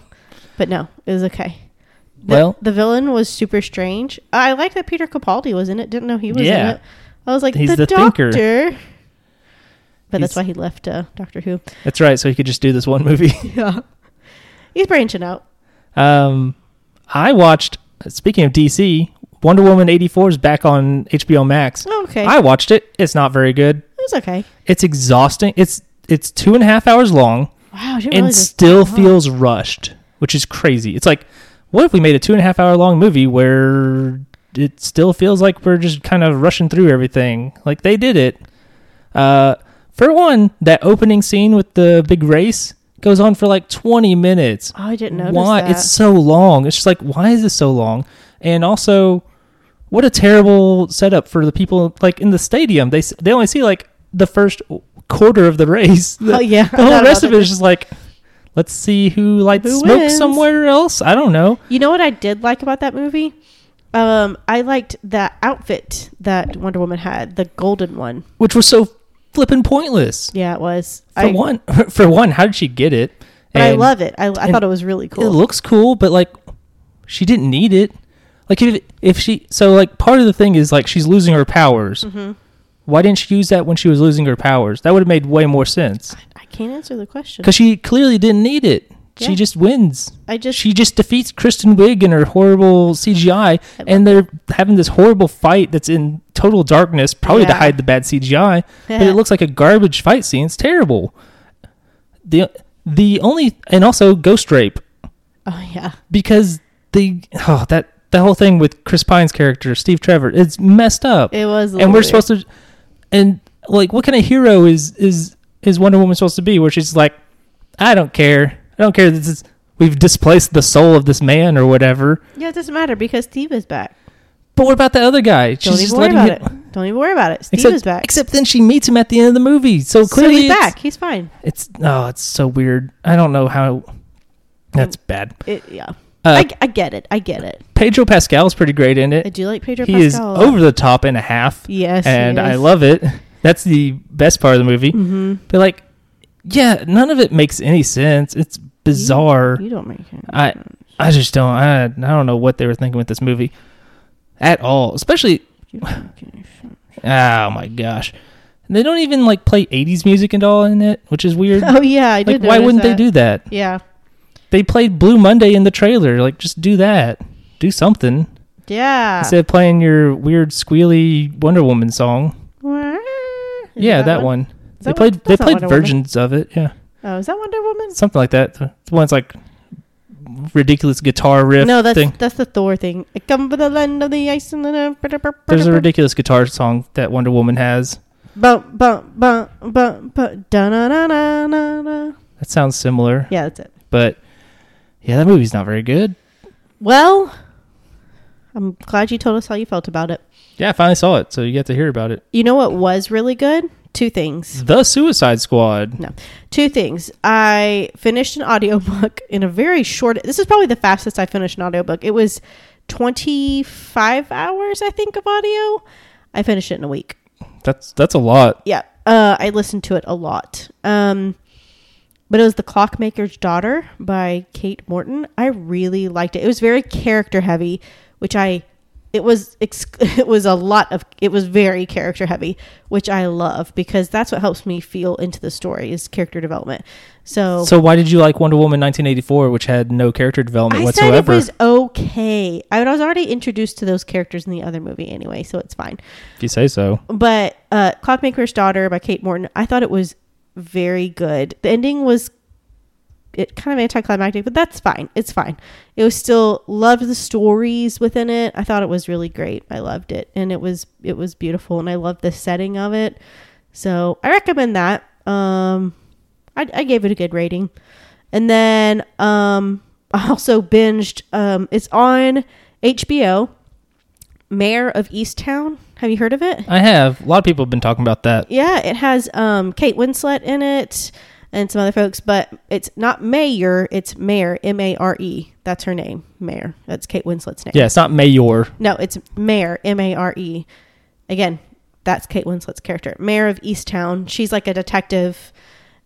Speaker 1: but no, it was okay. The,
Speaker 2: Well-
Speaker 1: the villain was super strange. I like that Peter Capaldi was in it. Didn't know he was
Speaker 2: Yeah.
Speaker 1: in it. I was like,
Speaker 2: He's
Speaker 1: the,
Speaker 2: the thinker.
Speaker 1: doctor. But that's
Speaker 2: He's-
Speaker 1: why he left uh, Doctor Who.
Speaker 2: That's right. So he could just do this one movie.
Speaker 1: Yeah, he's branching out.
Speaker 2: Um, I watched. Speaking of DC, Wonder Woman eighty four is back on HBO Max.
Speaker 1: Oh, okay,
Speaker 2: I watched it. It's not very good.
Speaker 1: it was okay.
Speaker 2: It's exhausting. It's it's two and a half hours long
Speaker 1: Wow, I didn't
Speaker 2: and
Speaker 1: realize it was
Speaker 2: still
Speaker 1: that long.
Speaker 2: feels rushed, which is crazy. It's like, what if we made a two and a half hour long movie where it still feels like we're just kind of rushing through everything? Like they did it. Uh, for one, that opening scene with the big race goes on for like twenty minutes.
Speaker 1: Oh, I didn't notice
Speaker 2: why
Speaker 1: that.
Speaker 2: it's so long it's just like why is this so long and also what a terrible setup for the people like in the stadium they s- they only see like the first quarter of the race the,
Speaker 1: oh yeah,
Speaker 2: the whole rest of it is just like let's see who lights
Speaker 1: Who
Speaker 2: smoke
Speaker 1: wins?
Speaker 2: somewhere else i don't know
Speaker 1: You know what I did like about that movie? Um, I liked that outfit that Wonder Woman had, the golden one.
Speaker 2: which was so flipping pointless
Speaker 1: Yeah, it was.
Speaker 2: for
Speaker 1: I,
Speaker 2: one for one how did she get it
Speaker 1: but I
Speaker 2: And
Speaker 1: love it. I, I
Speaker 2: and
Speaker 1: thought it was really cool.
Speaker 2: it looks cool but like she didn't need it like if if she so like part of the thing is like she's losing her powers
Speaker 1: Mhm.
Speaker 2: Why didn't she use that when she was losing her powers? That would have made way more sense.
Speaker 1: I can't answer the question.
Speaker 2: Because she clearly didn't need it.
Speaker 1: Yeah.
Speaker 2: She just wins.
Speaker 1: I just
Speaker 2: She just defeats Kristen Wiig in her horrible CGI, and they're having this horrible fight that's in total darkness, probably to
Speaker 1: Yeah.
Speaker 2: hide the bad CGI. But
Speaker 1: Yeah.
Speaker 2: it looks like a garbage fight scene. It's terrible. the The only and also Ghost Rape
Speaker 1: oh yeah,
Speaker 2: because the oh that the whole thing with Chris Pine's character Steve Trevor it's messed up
Speaker 1: it was. a
Speaker 2: and
Speaker 1: little
Speaker 2: we're
Speaker 1: weird.
Speaker 2: supposed to and like what kind of hero is is is wonder woman supposed to be where she's like i don't care i don't care this is we've displaced the soul of this man or whatever
Speaker 1: Yeah, it doesn't matter because Steve is back.
Speaker 2: but what about the other guy
Speaker 1: Don't even worry about it. Don't even worry about it. Steve
Speaker 2: except,
Speaker 1: is back.
Speaker 2: except then she meets him at the end of the movie so
Speaker 1: so
Speaker 2: clearly
Speaker 1: he's
Speaker 2: it's,
Speaker 1: back. He's fine.
Speaker 2: it's oh it's so weird i don't know how that's bad
Speaker 1: It, yeah,
Speaker 2: uh,
Speaker 1: Mm. I, I get it. I get it.
Speaker 2: pedro pascal's pretty great in
Speaker 1: I
Speaker 2: it
Speaker 1: do like Pedro
Speaker 2: he is
Speaker 1: Pascal. a lot.
Speaker 2: over the top and a half
Speaker 1: Yes, he
Speaker 2: and i
Speaker 1: is.
Speaker 2: love it that's the best part of the movie
Speaker 1: Mhm.
Speaker 2: But like, yeah, none of it makes any sense. It's bizarre.
Speaker 1: You don't make him.
Speaker 2: I I just don't I, I don't know what they were thinking with this movie at all. Especially
Speaker 1: You don't make any sense.
Speaker 2: oh my gosh. They don't even like play 80s music at all in it, which is weird.
Speaker 1: Oh yeah, I
Speaker 2: like
Speaker 1: did.
Speaker 2: why
Speaker 1: notice
Speaker 2: wouldn't
Speaker 1: that.
Speaker 2: they do that?
Speaker 1: Yeah,
Speaker 2: They played Blue Monday in the trailer. Like just do that. Do something
Speaker 1: yeah.
Speaker 2: instead of playing your weird squealy Wonder Woman song.
Speaker 1: Is it
Speaker 2: yeah, that, one.
Speaker 1: Is
Speaker 2: They
Speaker 1: that
Speaker 2: played
Speaker 1: one?
Speaker 2: they
Speaker 1: That's not
Speaker 2: played
Speaker 1: Wonder Woman.
Speaker 2: versions of it. Yeah.
Speaker 1: Oh, is that Wonder Woman?
Speaker 2: something like that. The one's like ridiculous guitar riff.
Speaker 1: no, that's
Speaker 2: thing.
Speaker 1: that's the Thor thing. I come from the land of the ice and then uh,
Speaker 2: There's a ridiculous guitar song that Wonder Woman has.
Speaker 1: bump bump bump bump bump da na na na na na.
Speaker 2: That sounds similar,
Speaker 1: Yeah, that's it.
Speaker 2: but yeah, that movie's not very good.
Speaker 1: Well, I'm glad you told us how you felt about it.
Speaker 2: Yeah, I finally saw it, so you get to hear about it.
Speaker 1: You know what was really good? Two things.
Speaker 2: The Suicide Squad.
Speaker 1: No, two things. I finished an audiobook in a very short. This is probably the fastest I finished an audiobook. It was 25 hours, I think, of audio. I finished it in a week.
Speaker 2: That's that's a lot.
Speaker 1: yeah uh, i listened to it a lot um, but it was the clockmaker's daughter by kate morton i really liked it it was very character heavy which i it was ex- it was a lot of it was very character heavy which i love because that's what helps me feel into the story is character development so,
Speaker 2: So why did you like Wonder Woman 1984, which had no character development
Speaker 1: i said it
Speaker 2: whatsoever?
Speaker 1: was okay i was already introduced to those characters in the other movie anyway so it's fine
Speaker 2: if you say so.
Speaker 1: but uh, Clockmaker's Daughter by Kate Morton, I thought it was very good. The ending was it kind of anticlimactic, but that's fine. It's fine. It was still loved the stories within it. I thought it was really great. I loved it, and it was it was beautiful, and I loved the setting of it. So I recommend that. Um, I, I gave it a good rating, and then um, I also binged. Um, it's on HBO. Mayor of Easttown. Have you heard of it?
Speaker 2: I have a lot of people have been talking about that.
Speaker 1: Yeah, it has um, Kate Winslet in it and some other folks, but it's not Mayor, it's Mayor, M A R E. That's her name, Mayor. That's Kate Winslet's name.
Speaker 2: Yeah, it's not Mayor.
Speaker 1: No, it's Mayor, M A R E. Again, that's Kate Winslet's character, Mayor of Easttown. She's like a detective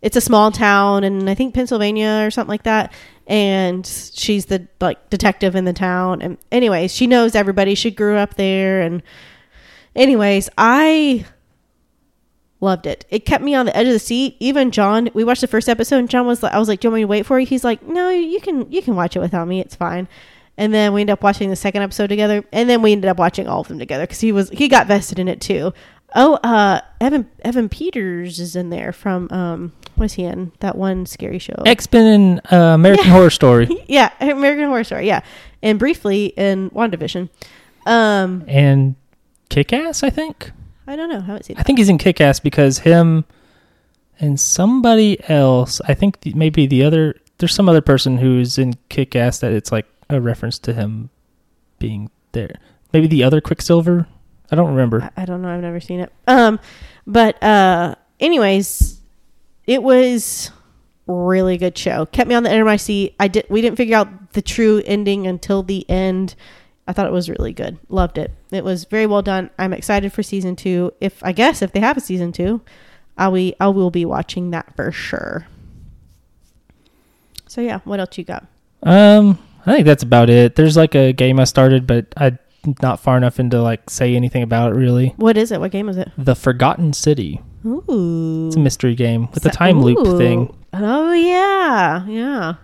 Speaker 1: it's a small town and I think Pennsylvania or something like that. And she's the like detective in the town. And anyways, she knows everybody. She grew up there. And anyways, I loved it. It kept me on the edge of the seat. Even John, we watched the first episode and John was like, I was like, do you want me to wait for you? He's like, no, you can, you can watch it without me. It's fine. And then we ended up watching the second episode together. And then we ended up watching all of them together because he was, he got vested in it too. Oh, uh, Evan Evan Peters is in there from um, what is he in that one scary show?
Speaker 2: X Men and uh, American
Speaker 1: Yeah.
Speaker 2: Horror Story
Speaker 1: yeah, American Horror Story. Yeah, and briefly in Wandavision. Um,
Speaker 2: and Kick Ass. I think.
Speaker 1: I don't know. Haven't seen.
Speaker 2: I think he's in Kick Ass because him and somebody else. I think th- maybe the other. There's some other person who's in Kick Ass that it's like a reference to him being there. Maybe the other Quicksilver. I don't remember.
Speaker 1: I, I don't know. I've never seen it. Um, but uh, anyways, it was really good show. Kept me on the edge of my seat. I did. We didn't figure out the true ending until the end. I thought it was really good. Loved it. It was very well done. I'm excited for season two. If I guess if they have a season two, I we I will be watching that for sure. So yeah, what else you got?
Speaker 2: Um, I think that's about it. There's like a game I started, but I'm not far enough into like say anything about it really.
Speaker 1: What is it? What game is it?
Speaker 2: The Forgotten City.
Speaker 1: Ooh,
Speaker 2: It's a mystery game with a
Speaker 1: So-
Speaker 2: time
Speaker 1: ooh.
Speaker 2: loop thing.
Speaker 1: Oh yeah, yeah.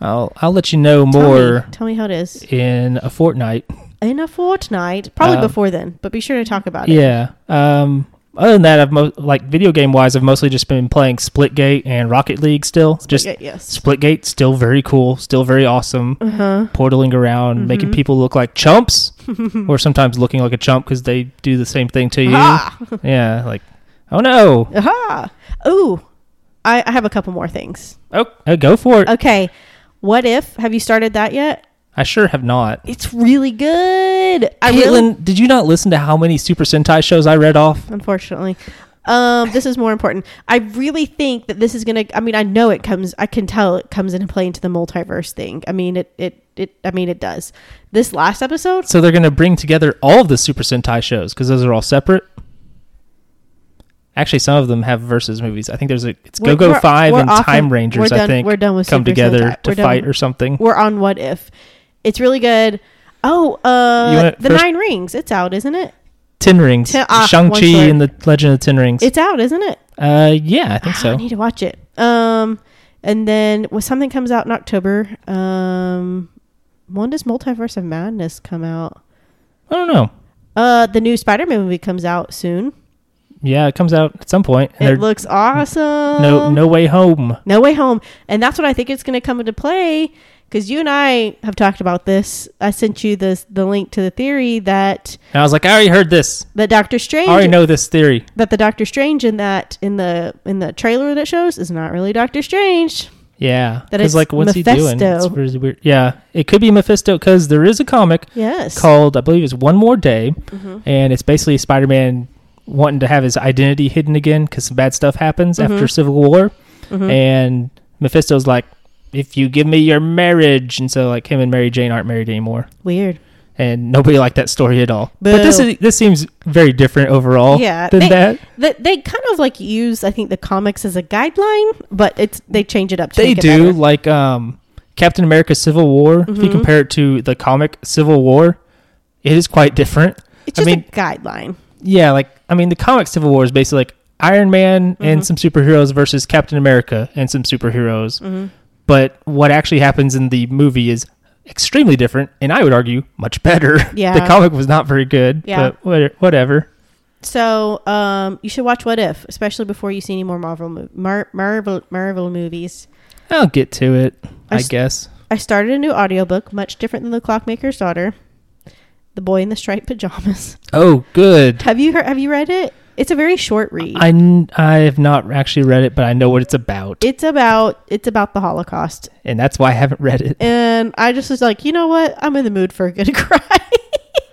Speaker 2: I'll I'll let you know
Speaker 1: Tell me-
Speaker 2: more
Speaker 1: Tell me, how it is.
Speaker 2: in a fortnight.
Speaker 1: In a fortnight, probably
Speaker 2: Uh,
Speaker 1: before then, but be sure to talk about it.
Speaker 2: Yeah. Um. Other than that, I've mo- like video game wise, I've mostly just been playing Splitgate and Rocket League. Still, just
Speaker 1: Yeah, yes.
Speaker 2: Splitgate, still very cool, still very awesome.
Speaker 1: Uh huh.
Speaker 2: Portaling around, making people look like chumps, or sometimes looking like a chump because they do the same thing to you.
Speaker 1: Ah.
Speaker 2: Yeah, like oh no,
Speaker 1: Aha. Ooh, I, I have a couple more things.
Speaker 2: oh uh, go for it.
Speaker 1: Okay, what if? Have you started that yet?
Speaker 2: I sure have not.
Speaker 1: It's really good. I
Speaker 2: Caitlin,
Speaker 1: really,
Speaker 2: did you not listen to how many Super Sentai shows I read off?
Speaker 1: unfortunately. Um, this is more important. I really think that this is gonna. I mean, I know it comes. I can tell it comes into play into the multiverse thing. I mean, it, it, it. I mean, it does. This last episode,
Speaker 2: So they're going to bring together all of the Super Sentai shows because those are all separate. Actually, some of them have versus movies. I think there's a it's
Speaker 1: We're-
Speaker 2: Go Go
Speaker 1: we're-
Speaker 2: Five
Speaker 1: we're
Speaker 2: and
Speaker 1: off
Speaker 2: Time
Speaker 1: of-
Speaker 2: Rangers.
Speaker 1: we're
Speaker 2: I
Speaker 1: done-
Speaker 2: think
Speaker 1: we're done with
Speaker 2: come
Speaker 1: Super
Speaker 2: together
Speaker 1: Sentai.
Speaker 2: to
Speaker 1: We're done
Speaker 2: fight
Speaker 1: with-
Speaker 2: or something.
Speaker 1: we're on what if it's really good oh
Speaker 2: You
Speaker 1: uh
Speaker 2: want it
Speaker 1: the
Speaker 2: first?
Speaker 1: nine rings it's out isn't it
Speaker 2: Ten Rings,
Speaker 1: Ten- ah,
Speaker 2: Shang Chi,
Speaker 1: one story.
Speaker 2: and the Legend of the Ten Rings.
Speaker 1: it's out isn't it Ah,
Speaker 2: uh, yeah, I think
Speaker 1: i
Speaker 2: so.
Speaker 1: need to watch it um and then well, something comes out in october um when does multiverse of madness come out
Speaker 2: I don't know.
Speaker 1: uh the new spider-man movie comes out soon
Speaker 2: Yeah, it comes out at some point, and
Speaker 1: it
Speaker 2: they're
Speaker 1: looks awesome
Speaker 2: no no way home.
Speaker 1: No Way Home. And that's what I think it's going to come into play because you and I have talked about this. I sent you this, the link to the theory that,
Speaker 2: And I was like, I already heard this.
Speaker 1: that Doctor Strange
Speaker 2: I already know this theory.
Speaker 1: that the Doctor Strange in that in the in the trailer that shows is not really Doctor Strange.
Speaker 2: Yeah,
Speaker 1: That
Speaker 2: because
Speaker 1: it's
Speaker 2: like what's he doing? It's
Speaker 1: Mephisto.
Speaker 2: really weird. Yeah, it could be Mephisto because there is a comic
Speaker 1: Yes.
Speaker 2: called I believe it's One More Day,
Speaker 1: Mm-hmm.
Speaker 2: and it's basically Spider-Man wanting to have his identity hidden again because some bad stuff happens
Speaker 1: Mm-hmm.
Speaker 2: after Civil War, and Mephisto's like, "If you give me your marriage," and so like him and Mary Jane aren't married anymore,
Speaker 1: Weird.
Speaker 2: and nobody liked that story at all. But this
Speaker 1: Boo.
Speaker 2: is this seems very different overall
Speaker 1: Yeah,
Speaker 2: than
Speaker 1: they-
Speaker 2: that.
Speaker 1: That they kind of like use I think the comics as a guideline, but it's they change it up. To
Speaker 2: they
Speaker 1: make it
Speaker 2: do
Speaker 1: better. Mm-hmm.
Speaker 2: like um captain america civil war if you compare it to the comic civil war it is quite different
Speaker 1: It's
Speaker 2: I
Speaker 1: just
Speaker 2: mean-
Speaker 1: a guideline.
Speaker 2: yeah like i mean the comic civil war is basically like iron man
Speaker 1: Mm-hmm.
Speaker 2: and some superheroes versus captain america and some superheroes
Speaker 1: Mm-hmm.
Speaker 2: but what actually happens in the movie is extremely different and i would argue much better the
Speaker 1: Yeah.
Speaker 2: comic was not very good
Speaker 1: Yeah.
Speaker 2: but wha- whatever
Speaker 1: So um, you should watch What If, especially before you see any more Marvel mo- Mar- Marvel Marvel movies.
Speaker 2: i'll get to it
Speaker 1: I
Speaker 2: i,
Speaker 1: s-
Speaker 2: guess
Speaker 1: I started a new audiobook, much different than The Clockmaker's Daughter, The Boy in the Striped Pajamas.
Speaker 2: oh good
Speaker 1: have you heard, have you read it? It's a very short read.
Speaker 2: I, n- I have not actually read it but i know what it's about
Speaker 1: it's about it's about the Holocaust,
Speaker 2: and that's why i haven't read it
Speaker 1: and I just was like, you know what? I'm in the mood for a good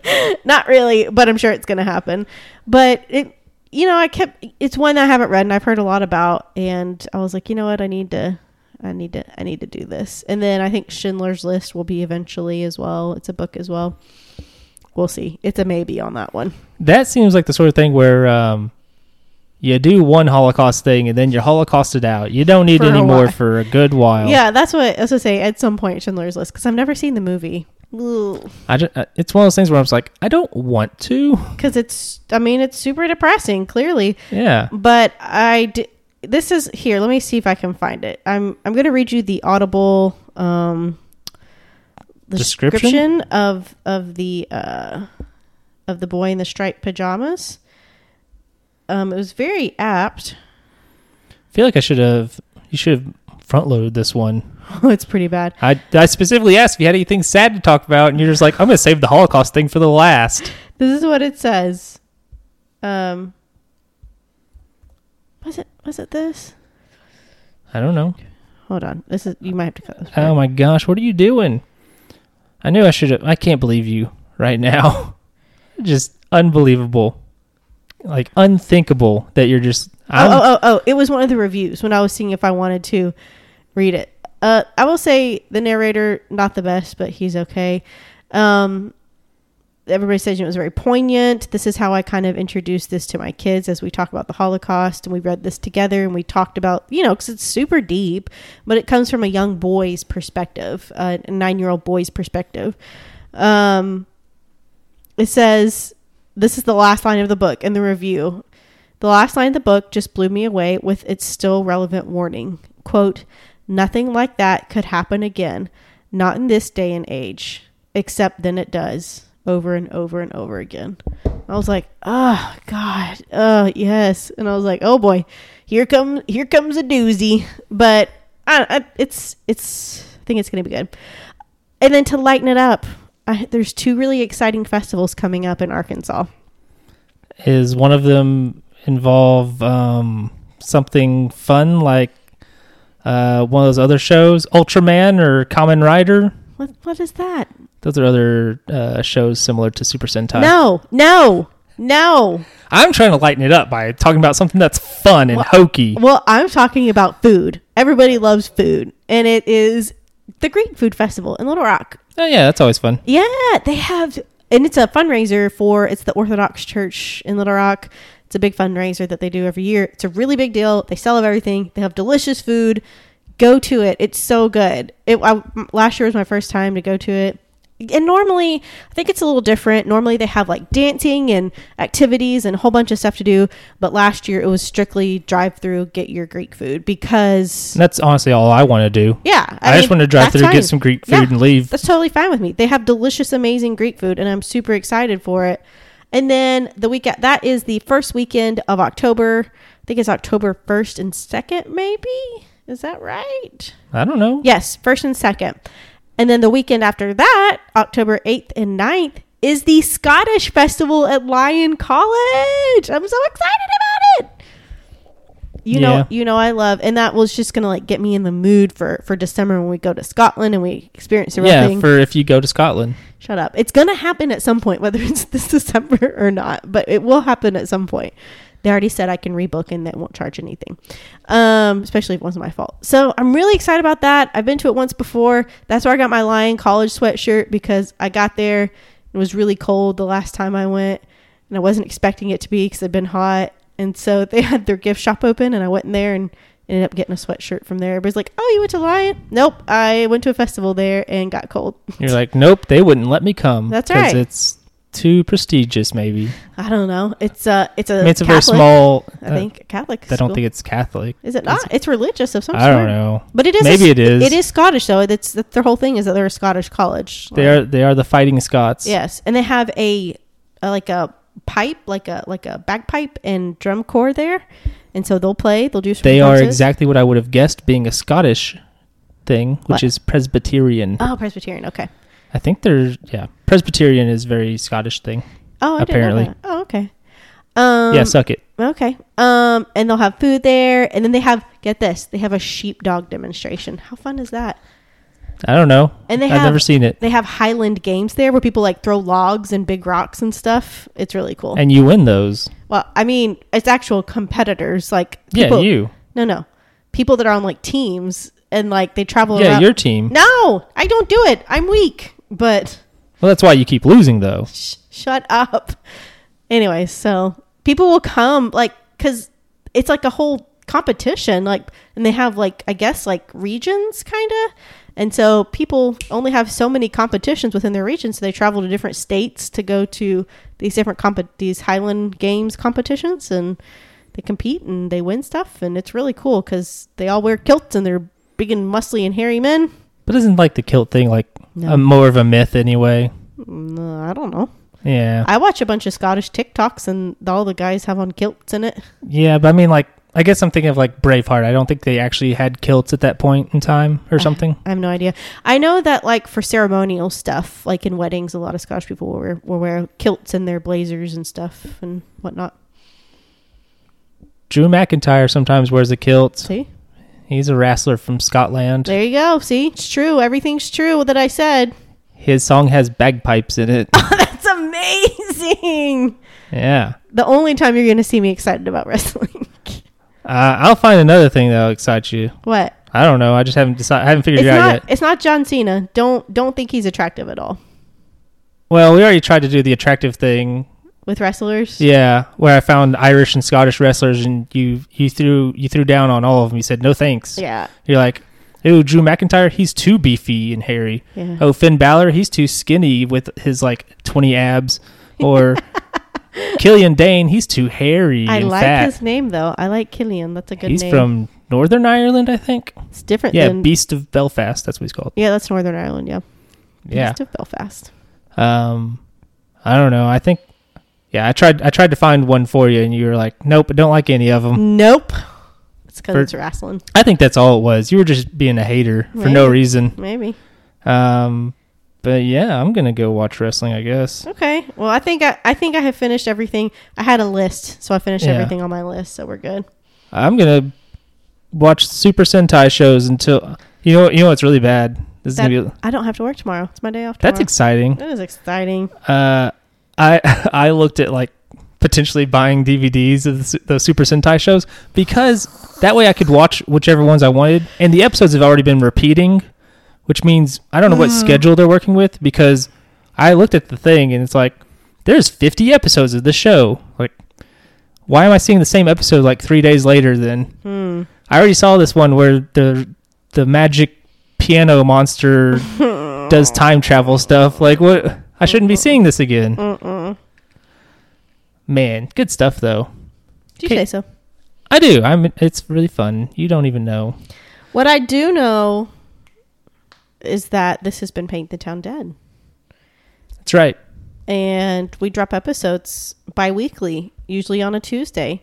Speaker 1: cry. Not really, but I'm sure it's going to happen. But it, you know, I kept. It's one I haven't read, and I've heard a lot about, and I was like, you know what? I need to. I need to I need to do this. And then I think Schindler's List will be eventually as well. It's a book as well. We'll see. It's a maybe on that one.
Speaker 2: That seems like the sort of thing where um, You do one Holocaust thing and then you're Holocausted out. You don't need
Speaker 1: For a
Speaker 2: any more
Speaker 1: while.
Speaker 2: for a good while.
Speaker 1: Yeah, that's what I was gonna say. At some point, Schindler's List, because I've never seen the movie. Because
Speaker 2: I ju- uh, it's one of those things where I was like, I don't want to.
Speaker 1: it's, I mean, it's super depressing. Clearly,
Speaker 2: Yeah.
Speaker 1: but I d- this is here. Let me see if I can find it. I'm I'm gonna read you the audible um, the
Speaker 2: Description?
Speaker 1: description of of the uh, of the boy in the striped pajamas. Um, it was very apt.
Speaker 2: I feel like I should have, you should have front loaded this one.
Speaker 1: Oh, it's pretty bad.
Speaker 2: I, I specifically asked if you had anything sad to talk about and you're just like, I'm going to save the Holocaust thing for the last.
Speaker 1: This is what it says. Um, was it was it this?
Speaker 2: I don't know.
Speaker 1: Hold on. This is you might have to cut this. part.
Speaker 2: Oh my gosh, what are you doing? I knew I should have. I can't believe you right now. Just unbelievable. Like unthinkable that you're just.
Speaker 1: Oh,
Speaker 2: I'm,
Speaker 1: oh, oh, oh, it was one of the reviews when I was seeing if I wanted to read it. Uh, I will say the narrator, not the best, but he's okay. Um, everybody says it was very poignant. This is how I kind of introduced this to my kids as we talk about the Holocaust and we read this together and we talked about, you know, because it's super deep, but it comes from a young boy's perspective, uh, a nine year old boy's perspective. Um, it says, this is the last line of the book in the review. The last line of the book just blew me away with its still relevant warning. Quote, nothing like that could happen again, not in this day and age, except then it does, over and over and over again. I was like, oh God, oh yes. And I was like, oh boy, here comes here comes a doozy. But I, I, it's it's I think it's gonna be good. And then to lighten it up, I, there's two really exciting festivals coming up in Arkansas. oh.
Speaker 2: is one of them involve um, something fun like uh, one of those other shows, Ultraman or Common Rider?
Speaker 1: What what is that?
Speaker 2: Those are other uh, shows similar to Super Sentai.
Speaker 1: No, no, no.
Speaker 2: I'm trying to lighten it up by talking about something that's fun and hokey.
Speaker 1: Well, I'm talking about food. Everybody loves food, and it is the Greek Food Festival in Little Rock.
Speaker 2: Oh yeah, that's always fun.
Speaker 1: Yeah, they have, and it's a fundraiser for it's the Orthodox Church in Little Rock. It's a big fundraiser that they do every year. It's a really big deal. They sell everything. They have delicious food. Go to it. It's so good. It I, last year was my first time to go to it. And normally, I think it's a little different. Normally, they have like dancing and activities and a whole bunch of stuff to do. But last year, it was strictly drive through, get your Greek food because
Speaker 2: And that's honestly all I want to do.
Speaker 1: yeah,
Speaker 2: I, just
Speaker 1: mean,
Speaker 2: want to drive
Speaker 1: that's
Speaker 2: through,
Speaker 1: fine.
Speaker 2: get some Greek food,
Speaker 1: Yeah.
Speaker 2: and leave.
Speaker 1: That's totally fine with me. They have delicious, amazing Greek food, and I'm super excited for it. And then the week at, that is the first weekend of October. I think it's October first and second, maybe. Is that right?
Speaker 2: I don't know.
Speaker 1: Yes, first and second. And then the weekend after that, October 8th and 9th, is the Scottish Festival at Lyon College. I'm so excited about it. You
Speaker 2: Yeah.
Speaker 1: know, you know I love and that was just going to like get me in the mood for for December when we go to Scotland and we experience the real
Speaker 2: Yeah,
Speaker 1: thing.
Speaker 2: for if you go to Scotland.
Speaker 1: Shut up. It's going to happen at some point whether it's this December or not, but it will happen at some point. They already said I can rebook and that won't charge anything, um, especially if it wasn't my fault. So I'm really excited about that. I've been to it once before. That's where I got my Lion College sweatshirt because I got there. It was really cold the last time I went, and I wasn't expecting it to be because it'd been hot. And so they had their gift shop open, and I went in there and ended up getting a sweatshirt from there. Everybody's like, "Oh, you went to Lion?" Nope, I went to a festival there and got cold.
Speaker 2: You're like, nope, they wouldn't let me come.
Speaker 1: That's
Speaker 2: 'cause
Speaker 1: right.
Speaker 2: It's too prestigious, maybe.
Speaker 1: I don't know. It's a it's a
Speaker 2: I mean, it's a very
Speaker 1: Catholic,
Speaker 2: small. uh,
Speaker 1: I think Catholic.
Speaker 2: I don't
Speaker 1: school.
Speaker 2: think it's Catholic.
Speaker 1: is it not. It's, religious of some
Speaker 2: I
Speaker 1: sort.
Speaker 2: don't know.
Speaker 1: But it is a
Speaker 2: Maybe
Speaker 1: s-
Speaker 2: it is.
Speaker 1: It is Scottish though. That's that's their whole thing is that they're a Scottish college.
Speaker 2: They are they are the fighting Scots.
Speaker 1: Yes, and they have a, a like a pipe, like a like a bagpipe and drum corps there, and so they'll play. They'll do. Some
Speaker 2: They are
Speaker 1: concerts.
Speaker 2: exactly what I would have guessed being a Scottish thing, which
Speaker 1: What?
Speaker 2: is Presbyterian.
Speaker 1: Oh, Presbyterian. Okay.
Speaker 2: I think they're yeah. Presbyterian is very Scottish thing.
Speaker 1: Oh, I
Speaker 2: Apparently.
Speaker 1: didn't know that. Oh, okay. Um,
Speaker 2: yeah, suck it.
Speaker 1: Okay. Um, and they'll have food there, and then they have get this. They have a sheepdog demonstration. How fun is that?
Speaker 2: I don't know.
Speaker 1: And they
Speaker 2: I've
Speaker 1: have
Speaker 2: never seen it.
Speaker 1: They have Highland games there where people like throw logs and big rocks and stuff. It's really cool.
Speaker 2: And you win those.
Speaker 1: well, I mean, it's actual competitors like
Speaker 2: Yeah,
Speaker 1: people,
Speaker 2: you.
Speaker 1: No, no, people that are on like teams and like they travel.
Speaker 2: Yeah,
Speaker 1: around.
Speaker 2: your team.
Speaker 1: No, I don't do it. I'm weak. But
Speaker 2: Well, that's why you keep losing though.
Speaker 1: sh- shut up. Anyway, so people will come like because it's like a whole competition like and they have like i guess like regions kind of and so people only have so many competitions within their region so they travel to different states to go to these different comp- these highland games competitions and they compete and they win stuff and it's really cool because they all wear kilts and they're big and muscly and hairy men
Speaker 2: But isn't like the kilt thing like
Speaker 1: No.
Speaker 2: a, more of a myth anyway?
Speaker 1: Mm, i don't know
Speaker 2: Yeah.
Speaker 1: i watch a bunch of scottish tiktoks and all the guys have on kilts in it
Speaker 2: yeah, but I mean like I guess I'm thinking of like Braveheart. I don't think they actually had kilts at that point in time
Speaker 1: Uh-huh.
Speaker 2: or something.
Speaker 1: I have no idea. I know that like for ceremonial stuff, like in weddings, a lot of Scottish people will wear, will wear kilts and their blazers and stuff and whatnot.
Speaker 2: Drew McIntyre sometimes wears a kilt.
Speaker 1: See,
Speaker 2: He's a wrestler from Scotland.
Speaker 1: there you go. See, it's true. Everything's true that I said.
Speaker 2: His song has bagpipes in it.
Speaker 1: That's amazing.
Speaker 2: yeah.
Speaker 1: The only time you're going to see me excited about wrestling.
Speaker 2: Uh, I'll find another thing that'll excite you.
Speaker 1: what?
Speaker 2: I don't know. I just haven't decided. I haven't figured
Speaker 1: It's
Speaker 2: it out
Speaker 1: not.
Speaker 2: yet.
Speaker 1: It's not John Cena. Don't don't think he's attractive at all
Speaker 2: Well, we already tried to do the attractive thing.
Speaker 1: with wrestlers.
Speaker 2: Yeah, where I found Irish and Scottish wrestlers, and you you threw you threw down on all of them. You said no thanks.
Speaker 1: Yeah.
Speaker 2: You're like, oh, Drew McIntyre, he's too beefy and hairy.
Speaker 1: Yeah.
Speaker 2: Oh, Finn Balor, he's too skinny with his like 20 abs. Or Killian Dane, he's too hairy
Speaker 1: I
Speaker 2: and
Speaker 1: like
Speaker 2: fat.
Speaker 1: his name though. I like Killian. That's a good
Speaker 2: he's
Speaker 1: name.
Speaker 2: from Northern Ireland, I think.
Speaker 1: it's different
Speaker 2: Yeah,
Speaker 1: than
Speaker 2: Beast of Belfast. That's what he's called.
Speaker 1: Yeah, that's Northern Ireland, yeah.
Speaker 2: Yeah.
Speaker 1: East of Belfast.
Speaker 2: Um, I don't know. I think. Yeah, I tried. I tried to find one for you, and you were like, "Nope, I don't like any of them."
Speaker 1: Nope. It's because
Speaker 2: Mm-hmm. For-
Speaker 1: it's wrestling.
Speaker 2: I think that's all it was. You were just being a hater for no
Speaker 1: Right.
Speaker 2: reason.
Speaker 1: Maybe.
Speaker 2: Um, but yeah, I'm gonna go watch wrestling. I guess.
Speaker 1: Okay. Well, I think I, I think I have finished everything. I had a list, so I finished
Speaker 2: Yeah.
Speaker 1: everything on my list, so we're good.
Speaker 2: I'm gonna watch Super Sentai shows until you know. You know what's really bad. This is
Speaker 1: That-
Speaker 2: gonna be.
Speaker 1: I don't have to work tomorrow. It's my day off tomorrow.
Speaker 2: That's exciting.
Speaker 1: that is exciting.
Speaker 2: Uh, I I looked at like potentially buying DVDs of the, su- the Super Sentai shows because that way I could watch whichever ones I wanted, and the episodes have already been repeating, which means I don't know what schedule they're working with because I looked at the thing and it's like there's 50 episodes of this show. Like, why am I seeing the same episode like three days later? Then
Speaker 1: Hmm.
Speaker 2: I already saw this one where the the magic piano monster does time travel stuff. Like, what? I shouldn't be seeing this again.
Speaker 1: Mm-mm.
Speaker 2: Man, good stuff though.
Speaker 1: Do you say
Speaker 2: Okay.
Speaker 1: so?
Speaker 2: I do. I'm. It's really fun. You don't even know.
Speaker 1: What I do know is that this has been Paint the Town Dead.
Speaker 2: That's right.
Speaker 1: and we drop episodes bi-weekly usually on a tuesday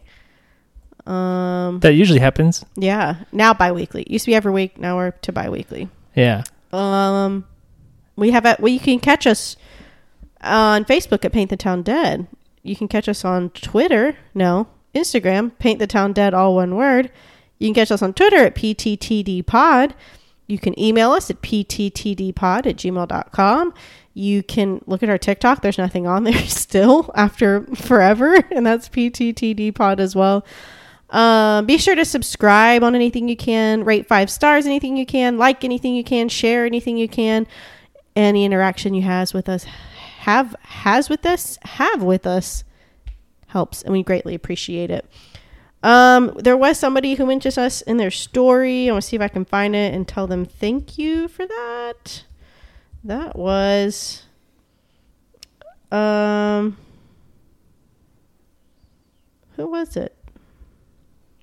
Speaker 1: um
Speaker 2: That usually happens.
Speaker 1: yeah now bi-weekly used to be every week now we're up to bi-weekly
Speaker 2: Yeah.
Speaker 1: um we have a well you can catch us on facebook at paint the town dead you can catch us on twitter no instagram paint the town dead all one word you can catch us on twitter at pttd pod you can email us at pttdpod at gmail.com. You can look at our TikTok. There's nothing on there still after forever, and that's pttdpod as well. Um, be sure to subscribe on anything you can, rate five stars anything you can, like anything you can, share anything you can. Any interaction you has with us, have has with us, have with us helps, and we greatly appreciate it. Um, there was somebody who mentioned us in their story. I want to see if I can find it and tell them thank you for that. That was, um, who was it?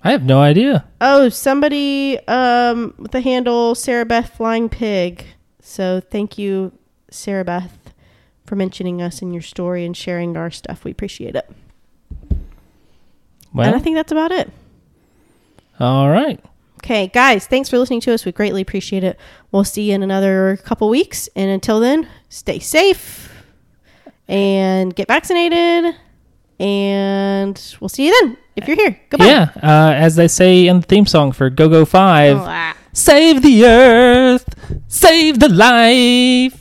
Speaker 2: I have no idea.
Speaker 1: Oh, somebody um with the handle Sarah Beth Flying Pig. So thank you, Sarah Beth, for mentioning us in your story and sharing our stuff. We appreciate it. and I
Speaker 2: Well,
Speaker 1: think that's about it.
Speaker 2: all right.
Speaker 1: Okay, guys, thanks for listening to us. We greatly appreciate it. We'll see you in another couple weeks. And until then, stay safe and get vaccinated. And we'll see you then if you're here. Goodbye.
Speaker 2: Yeah. Uh, as they say in the theme song
Speaker 1: Oh.
Speaker 2: for Go Go Five, save the earth, save the life.